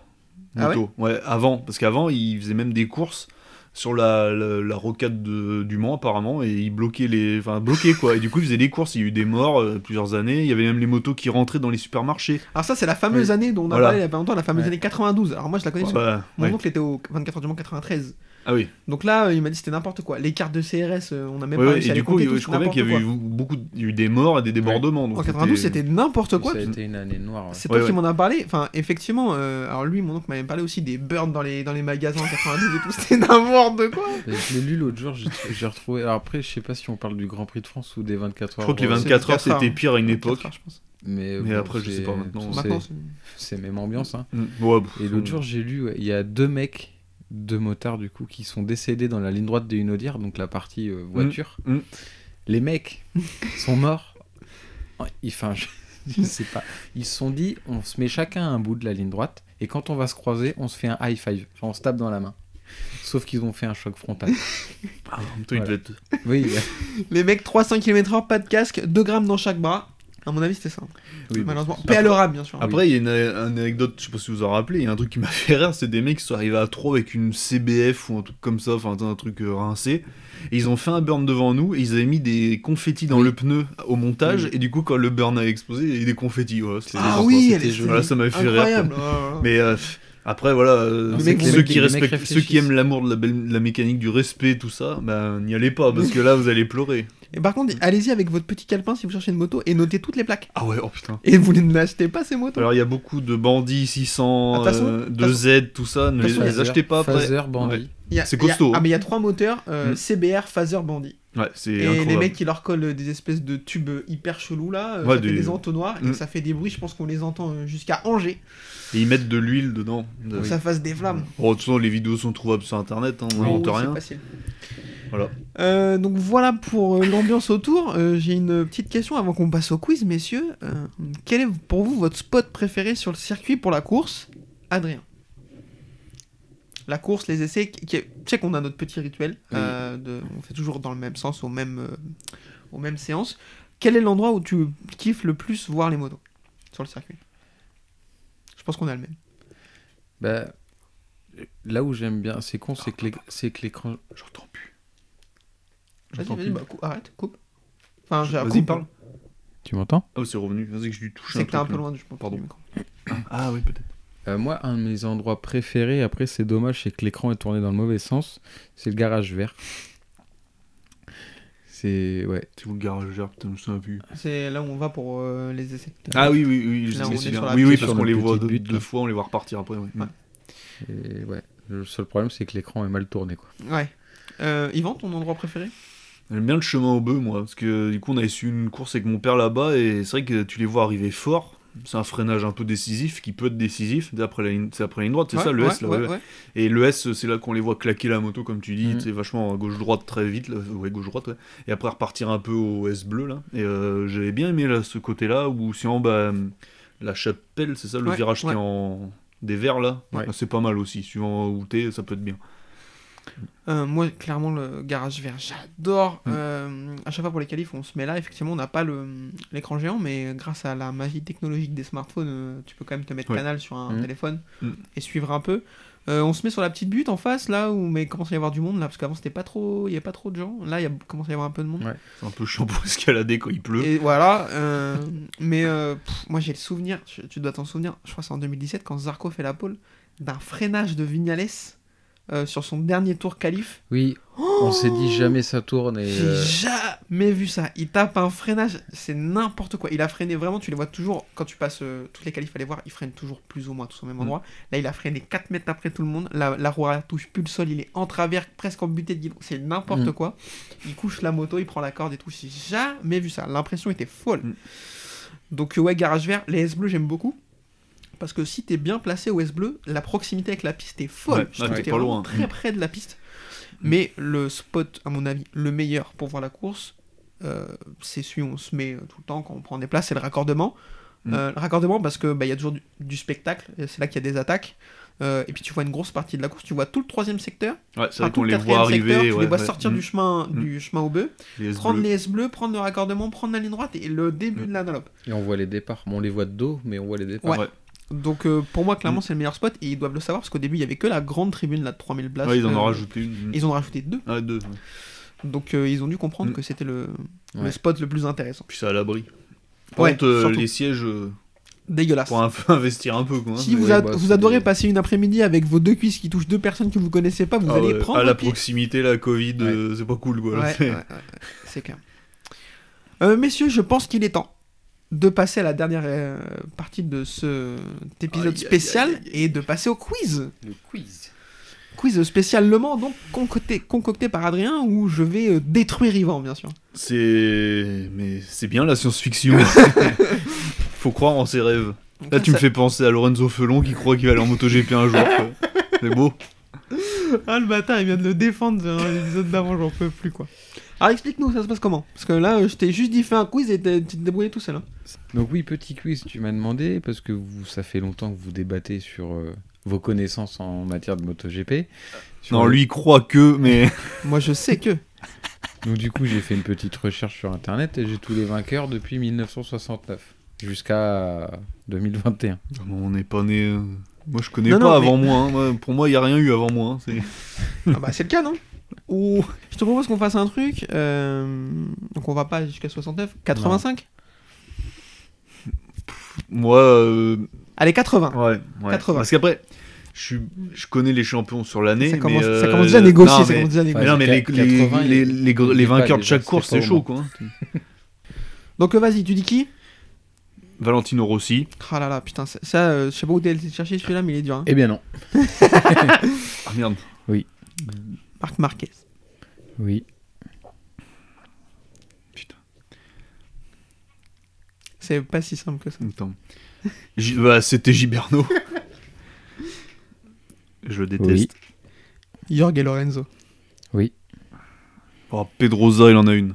Speaker 2: Ah
Speaker 4: Moto. ouais, avant. Parce qu'avant, ils faisaient même des courses sur la, la, la rocade de- du Mans, apparemment, et ils bloquaient les. Enfin, bloquaient quoi. Et du coup, ils faisaient des courses. Il y a eu des morts euh, plusieurs années. Il y avait même les motos qui rentraient dans les supermarchés.
Speaker 2: Alors ça, c'est la fameuse
Speaker 3: Oui.
Speaker 2: année dont on a
Speaker 4: Voilà.
Speaker 2: parlé il y a pas longtemps, la fameuse
Speaker 3: Ouais.
Speaker 2: année 92. Alors moi, je la connais. parce que
Speaker 4: Bah,
Speaker 2: Mon
Speaker 4: ouais.
Speaker 2: oncle était au 24 heures du Mans 93.
Speaker 4: Ah oui.
Speaker 2: Donc là, euh, il m'a dit c'était n'importe quoi. Les cartes de CRS, euh, on a même pas
Speaker 4: Ouais, ouais,
Speaker 2: réussi
Speaker 4: Et
Speaker 2: à les
Speaker 4: du coup,
Speaker 2: compter
Speaker 4: il-
Speaker 2: tous,
Speaker 4: je crois bien
Speaker 2: n'importe
Speaker 4: qu'il y avait
Speaker 2: quoi.
Speaker 4: eu beaucoup, de- il y a eu des morts et des débordements. donc
Speaker 2: En 92,
Speaker 4: c'était-
Speaker 2: c'était n'importe quoi.
Speaker 3: Ça a été une année noire. ouais.
Speaker 2: C'est toi
Speaker 4: Ouais,
Speaker 2: qui
Speaker 4: ouais.
Speaker 2: m'en as parlé. Enfin, effectivement, euh, alors lui, mon oncle m'avait parlé aussi des burns dans les, dans les magasins en 92 et tout. C'était n'importe quoi.
Speaker 3: Mais Euh, Je l'ai lu l'autre jour, j'ai j'ai retrouvé. Alors après, je sais pas si on parle du Grand Prix de France ou des 24
Speaker 4: Je
Speaker 3: heures.
Speaker 4: crois que les
Speaker 3: euh,
Speaker 4: 24 heures,
Speaker 2: 24 heures.
Speaker 4: c'était pire à une
Speaker 2: 24
Speaker 4: époque.
Speaker 2: heures, je pense.
Speaker 3: Mais,
Speaker 4: Mais
Speaker 3: bon,
Speaker 4: après, je sais
Speaker 3: c'est-
Speaker 4: pas maintenant.
Speaker 3: c'est-
Speaker 4: Ouais.
Speaker 2: Maintenant, c'est-
Speaker 3: C'est même ambiance. Hein.
Speaker 4: Mm. Ouais, pff,
Speaker 3: Et l'autre jour, j'ai lu, ouais, il y a deux mecs, deux motards du coup, qui sont décédés dans la ligne droite des Hunaudière, donc la partie euh, voiture.
Speaker 4: Mm. Mm.
Speaker 3: Les mecs sont morts. Ouais, Enfin, je, je sais pas. Ils se sont dit, on se met chacun à un bout de la ligne droite, et quand on va se croiser, on se fait un high five. Enfin, on se tape dans la main. Sauf qu'ils ont fait un choc frontal.
Speaker 4: Ah, en même temps, il
Speaker 3: Voilà.
Speaker 4: devait être-
Speaker 3: Oui,
Speaker 2: Les mecs, 300 km/h, pas de casque, 2 grammes dans chaque bras. À mon avis, c'était ça.
Speaker 3: oui, bon.
Speaker 2: Malheureusement. Paix à leur âme, bien sûr.
Speaker 4: Après, il y a une, une anecdote, je sais pas si vous en rappelez, il y a un truc qui m'a fait rire, c'est des mecs qui sont arrivés à 3 avec une CBF ou un truc comme ça, enfin un truc euh, rincé, et ils ont fait un burn devant nous, et ils avaient mis des confettis dans le pneu au montage, et du coup, quand le burn a explosé, il y a eu des confettis, voilà, c'était
Speaker 2: Ah
Speaker 4: bizarre,
Speaker 2: oui,
Speaker 4: quoi,
Speaker 2: elle
Speaker 4: c'était
Speaker 2: est
Speaker 4: joli. Voilà, ça m'a fait rire.
Speaker 2: Incroyable.
Speaker 4: quoi.
Speaker 2: Oh là là.
Speaker 4: Mais euh, pff, après, voilà, euh,
Speaker 3: Non,
Speaker 2: c'est que les
Speaker 4: ceux
Speaker 3: mecs-
Speaker 4: qui
Speaker 3: les mecs
Speaker 4: respectent, ceux
Speaker 3: réfléchissent.
Speaker 4: qui aiment l'amour de la, belle- de la mécanique, du respect, tout ça, ben n'y allez pas, parce que là, vous allez pleurer.
Speaker 2: Et par contre, allez-y avec votre petit calepin si vous cherchez une moto et notez toutes les plaques.
Speaker 4: Ah ouais, oh putain.
Speaker 2: Et vous ne l'achetez pas ces motos.
Speaker 4: Alors il y a beaucoup de bandits 600,
Speaker 2: Ah, de toute
Speaker 4: euh,
Speaker 2: façon-
Speaker 4: de Z, tout ça, ne les,
Speaker 2: façon,
Speaker 4: les
Speaker 3: Phaser-
Speaker 4: achetez pas après.
Speaker 3: Phaser, bandit.
Speaker 2: Il y a-
Speaker 4: c'est
Speaker 2: il y a-
Speaker 4: costaud, hein.
Speaker 2: ah, mais il y a trois moteurs euh,
Speaker 4: Mm.
Speaker 2: CBR, Phaser, Bandit.
Speaker 4: Ouais, c'est
Speaker 2: Et
Speaker 4: incroyable.
Speaker 2: les mecs qui leur collent des espèces de tubes hyper chelous là, euh,
Speaker 4: Ouais,
Speaker 2: ça fait
Speaker 4: des-
Speaker 2: des entonnoirs et
Speaker 4: Mm. Ah
Speaker 2: ça fait des bruits, je pense qu'on les entend euh, jusqu'à Angers,
Speaker 4: Et ils mettent de l'huile dedans.
Speaker 2: pour
Speaker 4: De
Speaker 2: que ça fasse des flammes.
Speaker 4: Oh, de toute façon, les vidéos sont trouvables sur internet, hein, on n'invente
Speaker 2: Oh,
Speaker 4: rien.
Speaker 2: c'est facile.
Speaker 4: Voilà.
Speaker 2: Euh, donc voilà pour euh, l'ambiance autour. Euh, J'ai une petite question avant qu'on passe au quiz, messieurs. Euh, quel est pour vous votre spot préféré sur le circuit pour la course Adrien. La course, les essais. qui- qui- Tu sais qu'on a notre petit rituel.
Speaker 3: Oui.
Speaker 2: euh, de- on fait toujours dans le même sens, aux mêmes, euh, aux mêmes séances. Quel est l'endroit où tu kiffes le plus voir les motos sur le circuit Je pense qu'on a le même.
Speaker 3: Bah, là où j'aime bien, c'est con, c'est que les- c'est que l'écran.
Speaker 4: J'entends plus.
Speaker 2: Vas-y,
Speaker 4: J'entends
Speaker 2: vas-y,
Speaker 4: plus.
Speaker 2: bah, cou- arrête, coupe. Enfin, j'ai-
Speaker 4: Vas-y,
Speaker 2: coupe.
Speaker 4: parle.
Speaker 3: Tu m'entends
Speaker 4: Ah, c'est revenu, vas-y que je lui touche
Speaker 2: C'est que t'es un peu
Speaker 4: truc,
Speaker 2: loin, du- je pense.
Speaker 4: Pardon.
Speaker 2: du micro.
Speaker 4: là. Ah oui, peut-être.
Speaker 3: Euh, Moi, un de mes endroits préférés, après c'est dommage, c'est que l'écran est tourné dans le mauvais sens, c'est le garage vert. C'est. Ouais.
Speaker 4: C'est où le garageur Putain, je me souviens plus.
Speaker 2: C'est là où on va pour euh, les essais.
Speaker 4: Ah oui, oui, oui, je
Speaker 2: Là, on
Speaker 4: me
Speaker 2: est sur la
Speaker 4: souviens. Oui, oui,
Speaker 3: petite-
Speaker 4: parce
Speaker 3: sur
Speaker 4: qu'on
Speaker 3: le
Speaker 4: les voit
Speaker 3: petit
Speaker 4: deux,
Speaker 3: but,
Speaker 4: deux
Speaker 3: là.
Speaker 4: fois, on les voit repartir après. ouais.
Speaker 2: Ouais.
Speaker 3: Et ouais. Le seul problème, c'est que l'écran est mal tourné, quoi.
Speaker 2: Ouais. Euh, Yvan, ton endroit préféré
Speaker 4: J'aime bien le chemin au bœuf, moi, parce que du coup, on avait su une course avec mon père là-bas, et c'est vrai que tu les vois arriver fort. C'est un freinage un peu décisif, qui peut être décisif, c'est après la ligne, c'est après la ligne droite, c'est
Speaker 2: Ouais,
Speaker 4: ça le
Speaker 2: ouais,
Speaker 4: S là
Speaker 2: ouais, Mm.
Speaker 4: ouais.
Speaker 2: ouais.
Speaker 4: Et le S, c'est là qu'on les voit claquer la moto, comme tu dis,
Speaker 3: Mhm.
Speaker 4: c'est vachement gauche-droite très vite, là. ouais, gauche-droite, ouais. Et après repartir un peu au S bleu, là. Et euh, j'avais bien aimé là, ce côté-là, où sinon, bah, la chapelle, c'est ça, le
Speaker 2: Ouais,
Speaker 4: virage
Speaker 2: ouais.
Speaker 4: qui est en. des verts, là.
Speaker 3: Ouais.
Speaker 4: Ah, C'est pas mal aussi, suivant où t'es, ça peut être bien.
Speaker 2: Euh, moi, clairement, le garage vert, j'adore.
Speaker 4: Mm.
Speaker 2: Euh, à chaque fois pour les qualifs, on se met là. Effectivement, on n'a pas le- l'écran géant, mais grâce à la magie technologique des smartphones, euh, tu peux quand même te mettre
Speaker 4: Ouais.
Speaker 2: canal sur un
Speaker 3: Mhm.
Speaker 2: téléphone
Speaker 4: Mhm.
Speaker 2: et suivre un peu. Euh, on se met sur la petite butte en face, là où mais commence à y avoir du monde, là, parce qu'avant c'était pas trop, il y avait pas trop de gens. Là, il y a commence à y avoir un peu de monde.
Speaker 3: Ouais.
Speaker 4: C'est un peu chiant pour escalader quand il pleut.
Speaker 2: Et voilà, euh, mais euh, pff, moi j'ai le souvenir, je- tu dois t'en souvenir, je crois que c'est en 2017 quand Zarco fait la pole, d'un freinage de Vignales euh, sur son dernier tour qualif. Oh
Speaker 3: Oui, on s'est dit jamais ça tourne et.
Speaker 2: J'ai
Speaker 3: euh,
Speaker 2: jamais vu ça. Il tape un freinage, c'est n'importe quoi. Il a freiné vraiment, tu les vois toujours, quand tu passes euh, toutes les qualifs à les voir, ils freinent toujours plus ou moins tous au
Speaker 3: Mm.
Speaker 2: même endroit. Là, il a freiné 4 mètres après tout le monde. La, la roue arrière touche plus le sol, il est en travers, presque en butée de guidon. C'est n'importe
Speaker 3: Mm.
Speaker 2: quoi. Il couche la moto, il prend la corde et tout. J'ai jamais vu ça. L'impression était folle.
Speaker 4: Mm.
Speaker 2: Donc, euh, ouais, garage vert, les S bleus, j'aime beaucoup. Parce que si t'es bien placé au S bleu, la proximité avec la piste est folle.
Speaker 4: Ouais,
Speaker 2: Je
Speaker 4: ouais,
Speaker 2: trouve
Speaker 4: t'es
Speaker 2: que t'es
Speaker 4: pas
Speaker 2: vraiment
Speaker 4: loin. Mm.
Speaker 2: très près de la piste. Mais le spot, à mon avis, le meilleur pour voir la course, euh, c'est celui où on se met euh, tout le temps quand on prend des places, c'est le raccordement.
Speaker 4: Mm.
Speaker 2: Euh, le raccordement parce que bah, il y a toujours du, du spectacle, et c'est là qu'il y a des attaques. Euh, et puis tu vois une grosse partie de la course, tu vois tout le troisième secteur,
Speaker 4: Ouais, c'est
Speaker 2: enfin,
Speaker 4: vrai
Speaker 2: tout
Speaker 4: qu'on
Speaker 2: le
Speaker 4: les voit
Speaker 2: quatrième
Speaker 4: arriver.
Speaker 2: secteur, tu
Speaker 4: ouais,
Speaker 2: les vois
Speaker 4: ouais.
Speaker 2: sortir
Speaker 4: Mm.
Speaker 2: du chemin
Speaker 4: Mm.
Speaker 2: du chemin au bœuf,
Speaker 4: Les S
Speaker 2: prendre
Speaker 4: bleus.
Speaker 2: les S bleus, prendre le raccordement, prendre la ligne droite et le début
Speaker 4: Mm.
Speaker 2: de la Dunlop.
Speaker 3: Et on voit les départs. Bon, on les voit de dos, mais on voit les départs.
Speaker 2: Ouais. Donc euh, pour moi
Speaker 4: Mm.
Speaker 2: clairement c'est le meilleur spot et ils doivent le savoir parce qu'au début il y avait que la grande tribune là de 3000 places.
Speaker 4: Ouais, ils en
Speaker 2: euh,
Speaker 4: ont rajouté une.
Speaker 2: Ils en ont rajouté deux,
Speaker 4: Ah, deux. ouais.
Speaker 2: donc euh, ils ont dû comprendre
Speaker 4: Mm.
Speaker 2: que c'était le, le
Speaker 3: Ouais.
Speaker 2: spot le plus intéressant.
Speaker 4: Puis c'est à l'abri. Par
Speaker 2: Ouais,
Speaker 4: contre, euh,
Speaker 2: surtout.
Speaker 4: les sièges, euh,
Speaker 2: Dégueulasse.
Speaker 4: pour un peu investir un peu, quoi. hein.
Speaker 2: Si vous,
Speaker 3: Oui,
Speaker 2: ad-
Speaker 3: bah,
Speaker 2: vous
Speaker 3: c'est
Speaker 2: adorez
Speaker 3: des-
Speaker 2: passer une après-midi avec vos deux cuisses qui touchent deux personnes que vous connaissez pas, vous
Speaker 4: Ah
Speaker 2: allez
Speaker 4: ouais,
Speaker 2: prendre
Speaker 4: à la
Speaker 2: le pied.
Speaker 4: proximité, la Covid, euh, c'est pas cool, quoi. là,
Speaker 2: Ouais,
Speaker 4: c'est-
Speaker 2: ouais, ouais, ouais, c'est clair. Euh, messieurs, je pense qu'il est temps de passer à la dernière euh, partie de ce cet épisode
Speaker 4: Aïe, aïe,
Speaker 2: spécial
Speaker 4: aïe, aïe,
Speaker 2: et de passer au quiz.
Speaker 3: Le quiz.
Speaker 2: Quiz spécial Le Mans, donc concocté, concocté par Adrien, où je vais euh, détruire Yvan, bien sûr.
Speaker 4: C'est. Mais c'est bien la science-fiction. Faut croire en ses rêves.
Speaker 2: Donc
Speaker 4: Là, tu me
Speaker 2: ça-
Speaker 4: fais penser à Lorenzo Felon qui croit qu'il va aller en MotoGP un jour. quoi. C'est beau.
Speaker 2: Ah, le bâtard, il vient de le défendre dans l'épisode d'avant, j'en peux plus, quoi. Alors explique-nous, ça se passe comment Parce que là, euh, je t'ai juste dit fais un quiz et t'es- tu te débrouillais tout seul. hein.
Speaker 3: Donc oui, petit quiz, tu m'as demandé, parce que vous, ça fait longtemps que vous débattez sur euh, vos connaissances en matière de MotoGP. Sur
Speaker 4: Non,
Speaker 3: le-
Speaker 4: lui, il croit que, mais.
Speaker 2: Moi, je sais que.
Speaker 3: Donc du coup, j'ai fait une petite recherche sur Internet et j'ai tous les vainqueurs depuis 1969 jusqu'à 2021.
Speaker 4: Ah, On n'est pas né. euh, Moi, je connais
Speaker 2: Non,
Speaker 4: pas
Speaker 2: non,
Speaker 4: avant moi. hein. Moi, Pour moi, il n'y a rien eu avant moi. hein. C'est-
Speaker 2: Ah bah c'est le cas, non Ou je te propose qu'on fasse un truc. euh, Donc on va pas jusqu'à 69, 85
Speaker 4: Moi, euh,
Speaker 2: Allez 80.
Speaker 4: ouais, ouais.
Speaker 2: 80.
Speaker 4: Parce qu'après, je, suis... je connais les champions sur l'année.
Speaker 2: ça, commence,
Speaker 4: mais, euh,
Speaker 2: ça commence déjà à négocier,
Speaker 4: non,
Speaker 2: ça
Speaker 4: mais...
Speaker 2: commence déjà à
Speaker 4: mais
Speaker 2: négocier.
Speaker 4: non, mais les,
Speaker 3: Quatre-
Speaker 4: les-
Speaker 3: 80,
Speaker 4: les-
Speaker 3: il-
Speaker 4: les-
Speaker 3: il
Speaker 4: les
Speaker 3: est pas
Speaker 4: vainqueurs de
Speaker 3: déjà,
Speaker 4: chaque course,
Speaker 3: c'est
Speaker 4: c'est
Speaker 3: pas au
Speaker 4: chaud, quoi. hein.
Speaker 2: Donc euh, vas-y, tu dis qui
Speaker 4: Valentino Rossi.
Speaker 2: Ah là là, putain, ça, ça, euh, je sais pas où t'es allé chercher celui-là, mais il est dur. hein.
Speaker 3: Eh bien non.
Speaker 4: Ah merde.
Speaker 2: Marc Marquez.
Speaker 3: Oui.
Speaker 2: C'est pas si simple que ça.
Speaker 4: Attends. J- bah, c'était Giberno. je le déteste.
Speaker 2: Jorg et Lorenzo.
Speaker 4: Oh, Pedrosa, il en a une.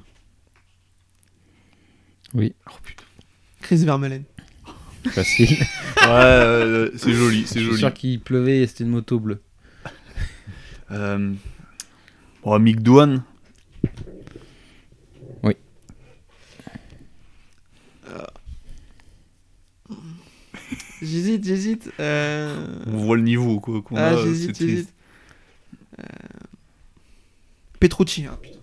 Speaker 3: Oui.
Speaker 4: Oh putain.
Speaker 2: Chris Vermeulen.
Speaker 3: Facile.
Speaker 4: Ouais, euh, c'est joli, c'est
Speaker 3: Je suis
Speaker 4: joli.
Speaker 3: sûr qu'il pleuvait et c'était une moto bleue.
Speaker 4: Euh, Oh, Mick Douane.
Speaker 3: Oui.
Speaker 2: J'hésite, j'hésite. euh,
Speaker 4: On voit le niveau, quoi. qu'on
Speaker 2: Ah,
Speaker 4: a, c'est
Speaker 2: j'hésite,
Speaker 4: triste.
Speaker 2: j'hésite. Euh, Petrucci. hein, putain.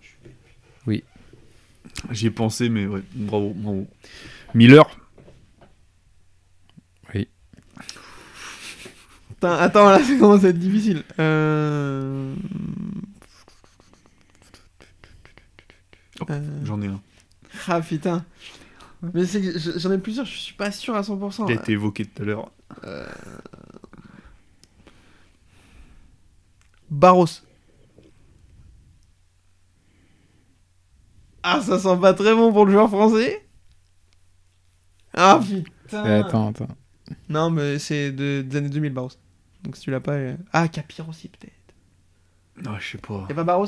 Speaker 4: J'y ai pensé, mais ouais, bravo, bravo. Miller
Speaker 2: Putain, attends, là, ça commence à être difficile. Euh...
Speaker 4: Hop,
Speaker 2: Euh,
Speaker 4: J'en ai un.
Speaker 2: Ah putain. Mais c'est que je- j'en ai plusieurs, je suis pas sûr à 100%.
Speaker 4: Il a été évoqué tout à l'heure.
Speaker 2: Barros. Ah, ça sent pas très bon pour le joueur français. Ah putain.
Speaker 3: Eh,
Speaker 4: Euh,
Speaker 3: attends, attends.
Speaker 2: Non, mais c'est de- des années 2000, Barros. Donc si tu l'as pas. euh, Ah, Capir aussi, peut-être.
Speaker 4: Ah, je sais pas.
Speaker 2: Y'a pas Barros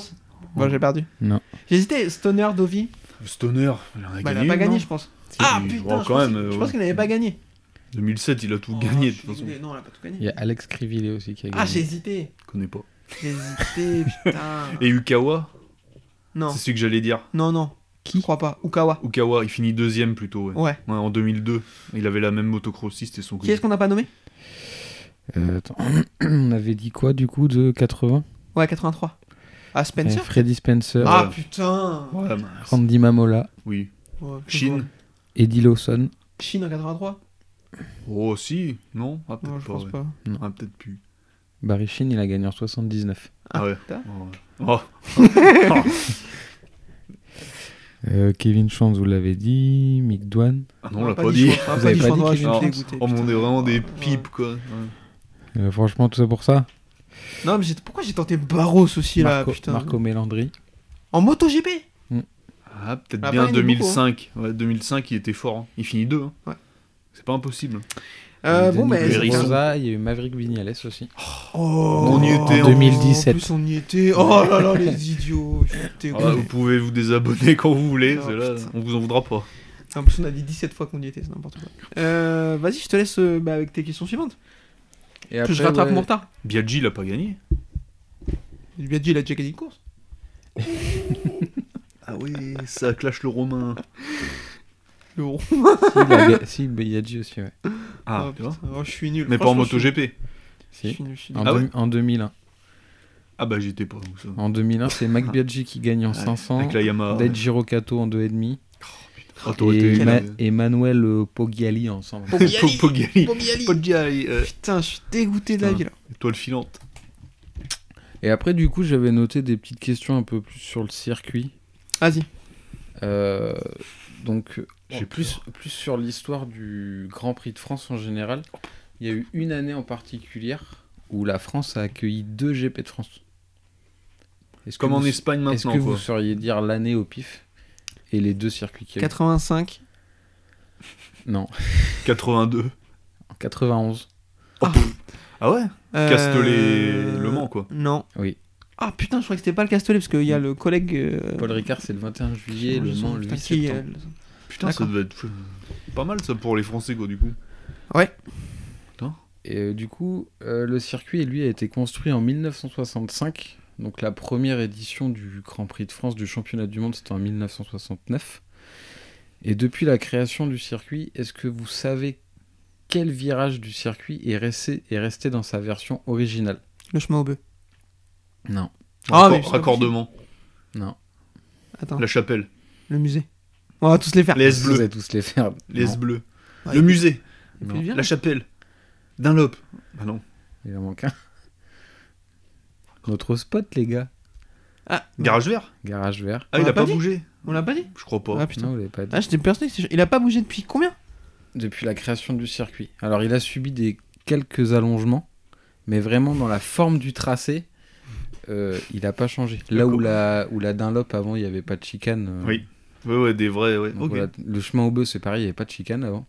Speaker 2: Bon, j'ai perdu.
Speaker 3: Non.
Speaker 2: J'hésitais, Stoner, Dovi.
Speaker 4: Stoner, il en a
Speaker 2: Bah, il
Speaker 4: gagné.
Speaker 2: a pas
Speaker 4: une,
Speaker 2: gagné,
Speaker 4: non
Speaker 2: je pense.
Speaker 3: Si,
Speaker 2: Ah
Speaker 4: mais-
Speaker 2: putain,
Speaker 4: bon,
Speaker 2: je
Speaker 4: quand
Speaker 2: pense-
Speaker 4: même, euh,
Speaker 2: je pense
Speaker 4: ouais.
Speaker 2: qu'il n'avait pas gagné.
Speaker 4: 2007, il a tout
Speaker 2: Oh,
Speaker 4: gagné,
Speaker 2: je
Speaker 4: de
Speaker 2: suis
Speaker 4: toute façon.
Speaker 2: désolé. Non, on a pas tout gagné.
Speaker 3: Il y a Alex Crivillet aussi qui a gagné.
Speaker 2: Ah, j'ai hésité.
Speaker 4: Je connais pas.
Speaker 2: J'ai hésité, putain.
Speaker 4: Et Ukawa
Speaker 2: Non,
Speaker 4: C'est celui que j'allais dire.
Speaker 2: non, non. Qui Je crois pas. Ukawa.
Speaker 4: Ukawa, il finit deuxième plutôt, ouais.
Speaker 2: Ouais.
Speaker 4: Ouais, en 2002. Il avait la même motocrossiste et son
Speaker 2: Oh. Qui est-ce qu'on n'a pas nommé
Speaker 3: Euh, attends. On avait dit quoi du coup de 80
Speaker 2: Ouais, 83. Ah,
Speaker 3: Euh,
Speaker 2: Spencer
Speaker 3: Freddy Spencer,
Speaker 2: Ah,
Speaker 4: ouais.
Speaker 2: putain.
Speaker 4: Ouais, mince.
Speaker 3: Randy Mamola,
Speaker 4: Oui.
Speaker 2: Ouais, je
Speaker 4: Chine
Speaker 2: vois.
Speaker 3: Eddie Lawson.
Speaker 2: Chine en 83
Speaker 4: Oh, si. Non Ah, peut-être
Speaker 2: Non, je
Speaker 4: pas.
Speaker 2: pense
Speaker 4: ouais.
Speaker 2: pas.
Speaker 4: Ah, peut-être plus.
Speaker 3: Barry Sheen, il a gagné en 79.
Speaker 4: Ah ouais.
Speaker 2: putain.
Speaker 4: Oh, ouais. Oh,
Speaker 3: Euh, Kevin Chance, vous l'avez dit. Mick Dwan.
Speaker 4: Ah non, on l'a
Speaker 2: pas
Speaker 4: pas dit.
Speaker 2: je crois,
Speaker 3: Vous
Speaker 2: pas
Speaker 3: avez
Speaker 2: dit,
Speaker 3: pas
Speaker 2: je
Speaker 3: dit
Speaker 2: crois,
Speaker 3: qui
Speaker 2: je suis
Speaker 4: Non.
Speaker 2: dégoûté,
Speaker 4: Oh, mais on
Speaker 2: putain.
Speaker 4: est vraiment des
Speaker 2: Ouais.
Speaker 4: pipes, quoi. Ouais.
Speaker 3: Euh, franchement, tout ça pour ça.
Speaker 2: Non, mais j'ai- pourquoi j'ai tenté Barros aussi là,
Speaker 3: Marco,
Speaker 2: putain
Speaker 3: Marco Melandri.
Speaker 2: En MotoGP
Speaker 4: Ah, peut-être
Speaker 2: Ah,
Speaker 4: bien
Speaker 2: pas, il y en a
Speaker 4: 2005. Ouais, 2005, il était fort. hein. Il finit deux. hein.
Speaker 2: Ouais.
Speaker 4: C'est pas impossible.
Speaker 2: euh, Bon,
Speaker 3: Denis
Speaker 2: mais.
Speaker 4: Berry.
Speaker 2: c'est-
Speaker 3: Pedrosa, il y a eu Maverick Vignales aussi.
Speaker 2: Oh,
Speaker 4: On y était en-
Speaker 2: en
Speaker 3: 2017.
Speaker 2: En plus, on y était. Oh là là, les idiots. je suis dégoûté.
Speaker 4: Ah, vous pouvez vous désabonner quand vous voulez.
Speaker 2: Oh,
Speaker 4: c'est là,
Speaker 2: putain.
Speaker 4: on vous en voudra pas.
Speaker 2: En plus, on a dit 17 fois qu'on y était, c'est n'importe quoi. Euh, Vas-y, je te laisse euh, bah, avec tes questions suivantes.
Speaker 3: Et
Speaker 2: que je
Speaker 3: après,
Speaker 2: rattrape
Speaker 3: ouais,
Speaker 2: mon retard.
Speaker 4: Biaggi, il a pas gagné.
Speaker 2: Il lui a dit, il a déjà gagné une course.
Speaker 4: Ah oui, ça clash le Romain.
Speaker 2: Le rond.
Speaker 3: Si, il a ga- si, Biaggi aussi, ouais.
Speaker 4: Ah,
Speaker 2: Ah,
Speaker 4: tu vois.
Speaker 2: putain, oh, je suis nul.
Speaker 4: Mais pas en
Speaker 2: Franchement, je suis-
Speaker 4: MotoGP.
Speaker 2: je
Speaker 3: Si.
Speaker 2: suis nul, je suis
Speaker 3: En,
Speaker 2: nul.
Speaker 4: Ah
Speaker 3: deux-
Speaker 4: ouais
Speaker 3: en 2001.
Speaker 4: Ah bah j'étais pas donc ça.
Speaker 3: En 2001, c'est
Speaker 2: Ah.
Speaker 3: Mac Biaggi qui gagne en
Speaker 4: Ouais,
Speaker 3: 500.
Speaker 4: Avec la Yamaha.
Speaker 3: Daijiro Kato en 2,5
Speaker 4: Ah, t'aurais
Speaker 3: et,
Speaker 4: été-
Speaker 3: Ma- et Manuel euh, Poggiali ensemble.
Speaker 4: Po- Pogali. Pogali, euh,
Speaker 2: Putain, je suis dégoûté de la
Speaker 4: Ah.
Speaker 2: vie
Speaker 3: Putain.
Speaker 2: là.
Speaker 4: Étoile filante.
Speaker 3: Et après, du coup, j'avais noté des petites questions un peu plus sur le circuit.
Speaker 2: Vas-y.
Speaker 3: Euh, donc,
Speaker 4: J'ai
Speaker 3: plus, plus sur l'histoire du Grand Prix de France en général. Il y a eu une année en particulière où la France a accueilli deux GP de France. Est-ce que
Speaker 4: Comme en
Speaker 3: vous-
Speaker 4: Espagne
Speaker 3: Est-ce
Speaker 4: maintenant.
Speaker 3: que
Speaker 4: quoi.
Speaker 3: vous sauriez dire l'année au pif et les deux circuits qu'il y a eu
Speaker 2: 85.
Speaker 3: Non,
Speaker 4: 82.
Speaker 3: en 91.
Speaker 4: Ah ouais
Speaker 2: euh,
Speaker 4: Castellet, Le Mans, quoi.
Speaker 2: Non.
Speaker 3: Oui.
Speaker 2: Ah putain, je crois que c'était pas le Castellet parce qu'il y a le collègue. euh,
Speaker 3: Paul Ricard, c'est le 21 juillet, le Mans le
Speaker 2: putain,
Speaker 3: 8
Speaker 2: qui,
Speaker 3: septembre.
Speaker 2: euh,
Speaker 4: Putain, ça
Speaker 2: D'accord.
Speaker 4: devait être pas mal ça pour les Français, quoi, du coup.
Speaker 3: Et euh, du coup, euh, le circuit, lui, a été construit en 1965. Donc la première édition du Grand Prix de France du championnat du monde, c'était en 1969. Et depuis la création du circuit, est-ce que vous savez quel virage du circuit est resté, est resté dans sa version originale
Speaker 2: Le chemin au bœuf.
Speaker 3: Non.
Speaker 2: Ah,
Speaker 4: Raccord-
Speaker 2: mais c'est pas
Speaker 4: raccordement.
Speaker 3: Non.
Speaker 2: Attends,
Speaker 4: La chapelle.
Speaker 2: le musée. On va tous les faire.
Speaker 4: Les S
Speaker 3: Vous
Speaker 4: bleus.
Speaker 3: allez tous les faire.
Speaker 4: Les S
Speaker 3: Non,
Speaker 4: bleus.
Speaker 2: Ah,
Speaker 4: Le
Speaker 2: il-
Speaker 4: musée.
Speaker 2: il peut
Speaker 3: non.
Speaker 2: le dire.
Speaker 4: La chapelle. Dunlop. Ah non.
Speaker 3: il en manque un. Notre spot, les gars.
Speaker 2: Ah,
Speaker 4: Garage vert.
Speaker 3: Garage vert.
Speaker 4: Ah,
Speaker 2: On
Speaker 4: il
Speaker 2: l'a
Speaker 4: a pas,
Speaker 2: pas dit
Speaker 4: bougé.
Speaker 2: on l'a pas dit
Speaker 4: Je crois pas.
Speaker 2: Ah putain.
Speaker 3: Non, vous l'avez pas dit.
Speaker 2: Ah, j'étais persuadé que c'est- Il a pas bougé depuis combien
Speaker 3: depuis la création du circuit. Alors il a subi des quelques allongements, mais vraiment dans la forme du tracé, euh, il n'a pas changé. Là où
Speaker 4: D'accord.
Speaker 3: la, où la Dunlop avant, il n'y avait pas de chicane. euh,
Speaker 4: Oui. Ouais, ouais, des vrais. Ouais.
Speaker 3: donc
Speaker 4: Ok.
Speaker 3: voilà, le chemin au bœuf, c'est pareil, il n'y avait pas de chicane avant.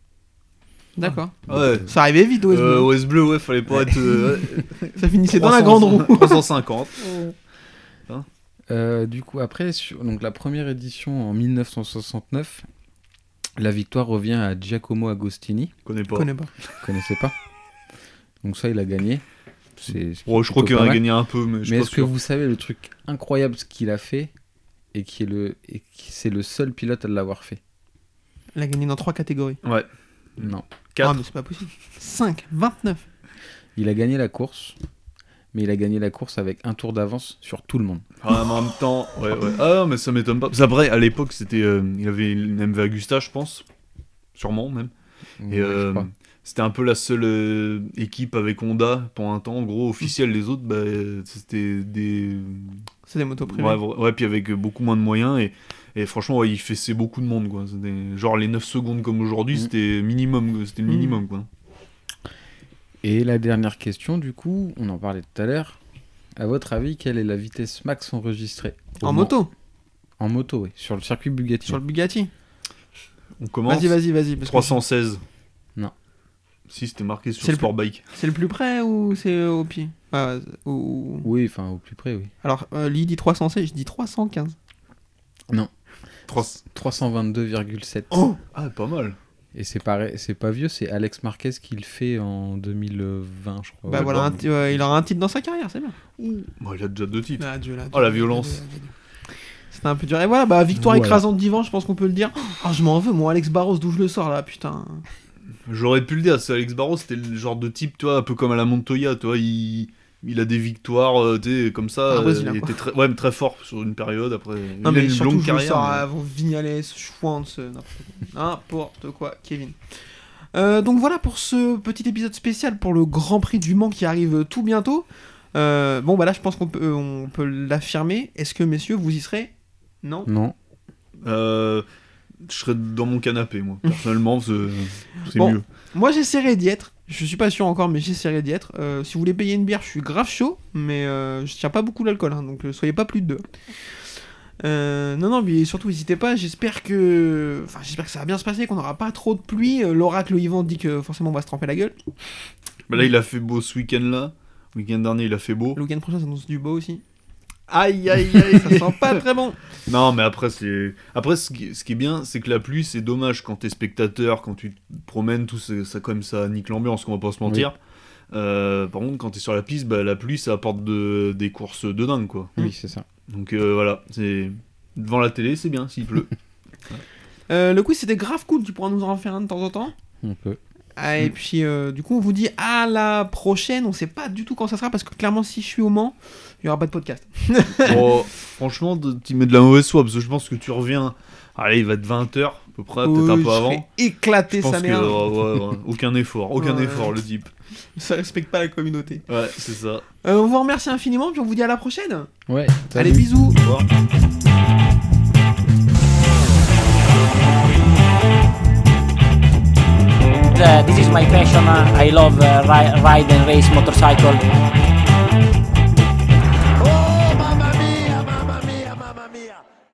Speaker 2: D'accord.
Speaker 3: Donc,
Speaker 4: Ouais.
Speaker 3: euh,
Speaker 2: Ça arrivait vite, OSB.
Speaker 4: Euh, OS bleu, ouais, fallait pas être. euh, ouais,
Speaker 2: Ça finissait dans la grande
Speaker 4: 300,
Speaker 2: roue.
Speaker 4: 350.
Speaker 3: euh, du coup, après, sur- donc, la première édition en 1969, la victoire revient à Giacomo Agostini.
Speaker 4: Je connais pas.
Speaker 2: Je connais pas.
Speaker 3: Vous connaissez pas Donc ça, il a gagné. C'est- c'est
Speaker 4: Oh, je crois
Speaker 3: plutôt
Speaker 4: qu'il en
Speaker 3: pas
Speaker 4: a
Speaker 3: mal.
Speaker 4: gagné un peu, mais je
Speaker 3: Mais
Speaker 4: suis
Speaker 3: est-ce
Speaker 4: pas
Speaker 3: que
Speaker 4: sûr.
Speaker 3: vous savez le truc incroyable ce qu'il a fait et qui est le et qui- c'est le seul pilote à l'avoir fait
Speaker 2: Il a gagné dans trois catégories.
Speaker 4: Ouais.
Speaker 3: Non.
Speaker 2: Ah,
Speaker 4: Quatre.
Speaker 2: mais c'est pas possible. 5, 29.
Speaker 3: Il a gagné la course, mais il a gagné la course avec un tour d'avance sur tout le monde.
Speaker 4: Ah, mais en même temps, ouais, ouais. Ah, mais ça m'étonne pas. Ça, vrai, à l'époque, c'était. euh, il avait une MV Agusta, je pense. Sûrement, même. Et
Speaker 3: Ouais, Mm, je
Speaker 4: euh,
Speaker 3: crois.
Speaker 4: c'était un peu la seule euh, équipe avec Honda pour un temps, en gros, officielle. Les autres, bah, euh, c'était des.
Speaker 2: C'est des motos privées.
Speaker 4: Ouais, vra- ouais, puis avec euh, beaucoup moins de moyens. Et, et franchement, ouais, il fessait beaucoup de monde, quoi. C'était- Genre, les 9 secondes comme aujourd'hui,
Speaker 3: Mm.
Speaker 4: c'était minimum, quoi. c'était le
Speaker 2: Mm.
Speaker 4: minimum, quoi.
Speaker 3: Et la dernière question, du coup, on en parlait tout à l'heure. À votre avis, quelle est la vitesse max enregistrée au
Speaker 2: en
Speaker 3: Mans
Speaker 2: moto,
Speaker 3: En moto, oui. Sur le circuit Bugatti.
Speaker 2: sur le Bugatti.
Speaker 4: On commence.
Speaker 2: Vas-y, vas-y, vas-y. parce que
Speaker 4: 316.
Speaker 3: Non.
Speaker 4: Si, c'était marqué sur
Speaker 2: C'est le-
Speaker 4: Sport Bike.
Speaker 2: C'est le plus près ou c'est au pied Ah, ou- ou-
Speaker 3: Oui, enfin au plus près, oui.
Speaker 2: Alors, euh, Lee dit 316, je dis 315.
Speaker 4: 3...
Speaker 3: 322,7.
Speaker 4: Oh Ah, pas mal.
Speaker 3: Et c'est pareil, c'est pas vieux, c'est Alex Marquez qui le fait en 2020, je crois.
Speaker 2: bah
Speaker 4: ouais,
Speaker 2: voilà,
Speaker 4: bah,
Speaker 2: un ti- euh, il aura un titre dans sa carrière, c'est bien.
Speaker 4: Bon, il a déjà deux titres.
Speaker 2: Ah, Dieu, là,
Speaker 4: Oh, la violence.
Speaker 2: C'était un peu dur. Et voilà, bah, victoire
Speaker 3: Voilà.
Speaker 2: écrasante d'Ivan, je pense qu'on peut le dire. Ah, je m'en veux, moi, Alex Barros, d'où je le sors là, putain.
Speaker 4: J'aurais pu le dire, c'est Alex Barros, c'était le genre de type, tu vois, un peu comme à la Montoya, tu vois, il, il a des victoires, euh, tu sais, comme ça.
Speaker 2: Un
Speaker 4: euh,
Speaker 2: Brésilien, Ah,
Speaker 4: il
Speaker 2: hein, quoi.
Speaker 4: était très, ouais, mais très fort sur une période, après.
Speaker 2: Non,
Speaker 4: il a
Speaker 2: mais
Speaker 4: une
Speaker 2: surtout,
Speaker 4: longue
Speaker 2: je le
Speaker 4: carrière.
Speaker 2: sors
Speaker 4: mais-
Speaker 2: avant Vignales, Schwantz, euh, n'importe quoi. n'importe quoi, Kevin. Euh, donc voilà pour ce petit épisode spécial pour le Grand Prix du Mans qui arrive tout bientôt. Euh, bon, bah là, je pense qu'on peut, on peut l'affirmer. Est-ce que, messieurs, vous y serez Non
Speaker 3: Non.
Speaker 4: Euh, je serais dans mon canapé, moi. Personnellement, c'est c'est
Speaker 2: Bon.
Speaker 4: mieux.
Speaker 2: Moi, j'essaierai d'y être. Je suis pas sûr encore, mais j'essaierai d'y être. Euh, si vous voulez payer une bière, je suis grave chaud, mais euh, je tiens pas beaucoup l'alcool, hein, donc euh, soyez pas plus de deux. Euh, non, non, mais surtout, n'hésitez pas. J'espère que, enfin, j'espère que ça va bien se passer, qu'on n'aura pas trop de pluie. Euh, L'oracle Yvan dit que forcément on va se tremper la gueule.
Speaker 4: Bah là, il a fait beau ce week-end-là. Le week-end dernier, il a fait beau.
Speaker 2: Le week-end prochain, ça annonce du beau aussi.
Speaker 4: Aïe, aïe, aïe,
Speaker 2: Ça sent pas très bon.
Speaker 4: Non, mais après, c'est. Après, ce qui, ce qui est bien, c'est que la pluie, c'est dommage quand t'es spectateur, quand tu te promènes, tout ça, ça, quand même, ça nique l'ambiance, qu'on va pas se mentir. Euh, par contre, quand t'es sur la piste, bah, la pluie, ça apporte de- des courses de dingue, quoi.
Speaker 3: Oui, c'est ça.
Speaker 4: Donc euh, voilà, c'est devant la télé, c'est bien s'il pleut.
Speaker 2: Euh, le quiz c'était grave cool, tu pourras nous en faire un de temps en temps.
Speaker 3: On peut.
Speaker 2: Ah, et puis euh, du coup on vous dit à la prochaine, on sait pas du tout quand ça sera parce que clairement si je suis au Mans, il y aura pas de podcast.
Speaker 4: Bon, franchement, de- tu mets de la mauvaise foi parce que je pense que tu reviens. Allez, il va être 20h à peu près, Ah, peut-être un
Speaker 2: Oui,
Speaker 4: peu
Speaker 2: Oh, je
Speaker 4: avant.
Speaker 2: serai éclaté
Speaker 4: Je pense
Speaker 2: sa
Speaker 4: que euh,
Speaker 2: mère.
Speaker 4: ouais, ouais, ouais, aucun effort, aucun
Speaker 2: Ouais.
Speaker 4: effort le type.
Speaker 2: Ça respecte pas la communauté.
Speaker 4: Ouais, c'est ça.
Speaker 2: Euh, on vous remercie infiniment puis on vous dit à la prochaine.
Speaker 3: Ouais.
Speaker 2: Allez bisous.
Speaker 4: Au revoir.
Speaker 1: Uh, this is my passion. Uh, I love uh, ri- ride and race motorcycle.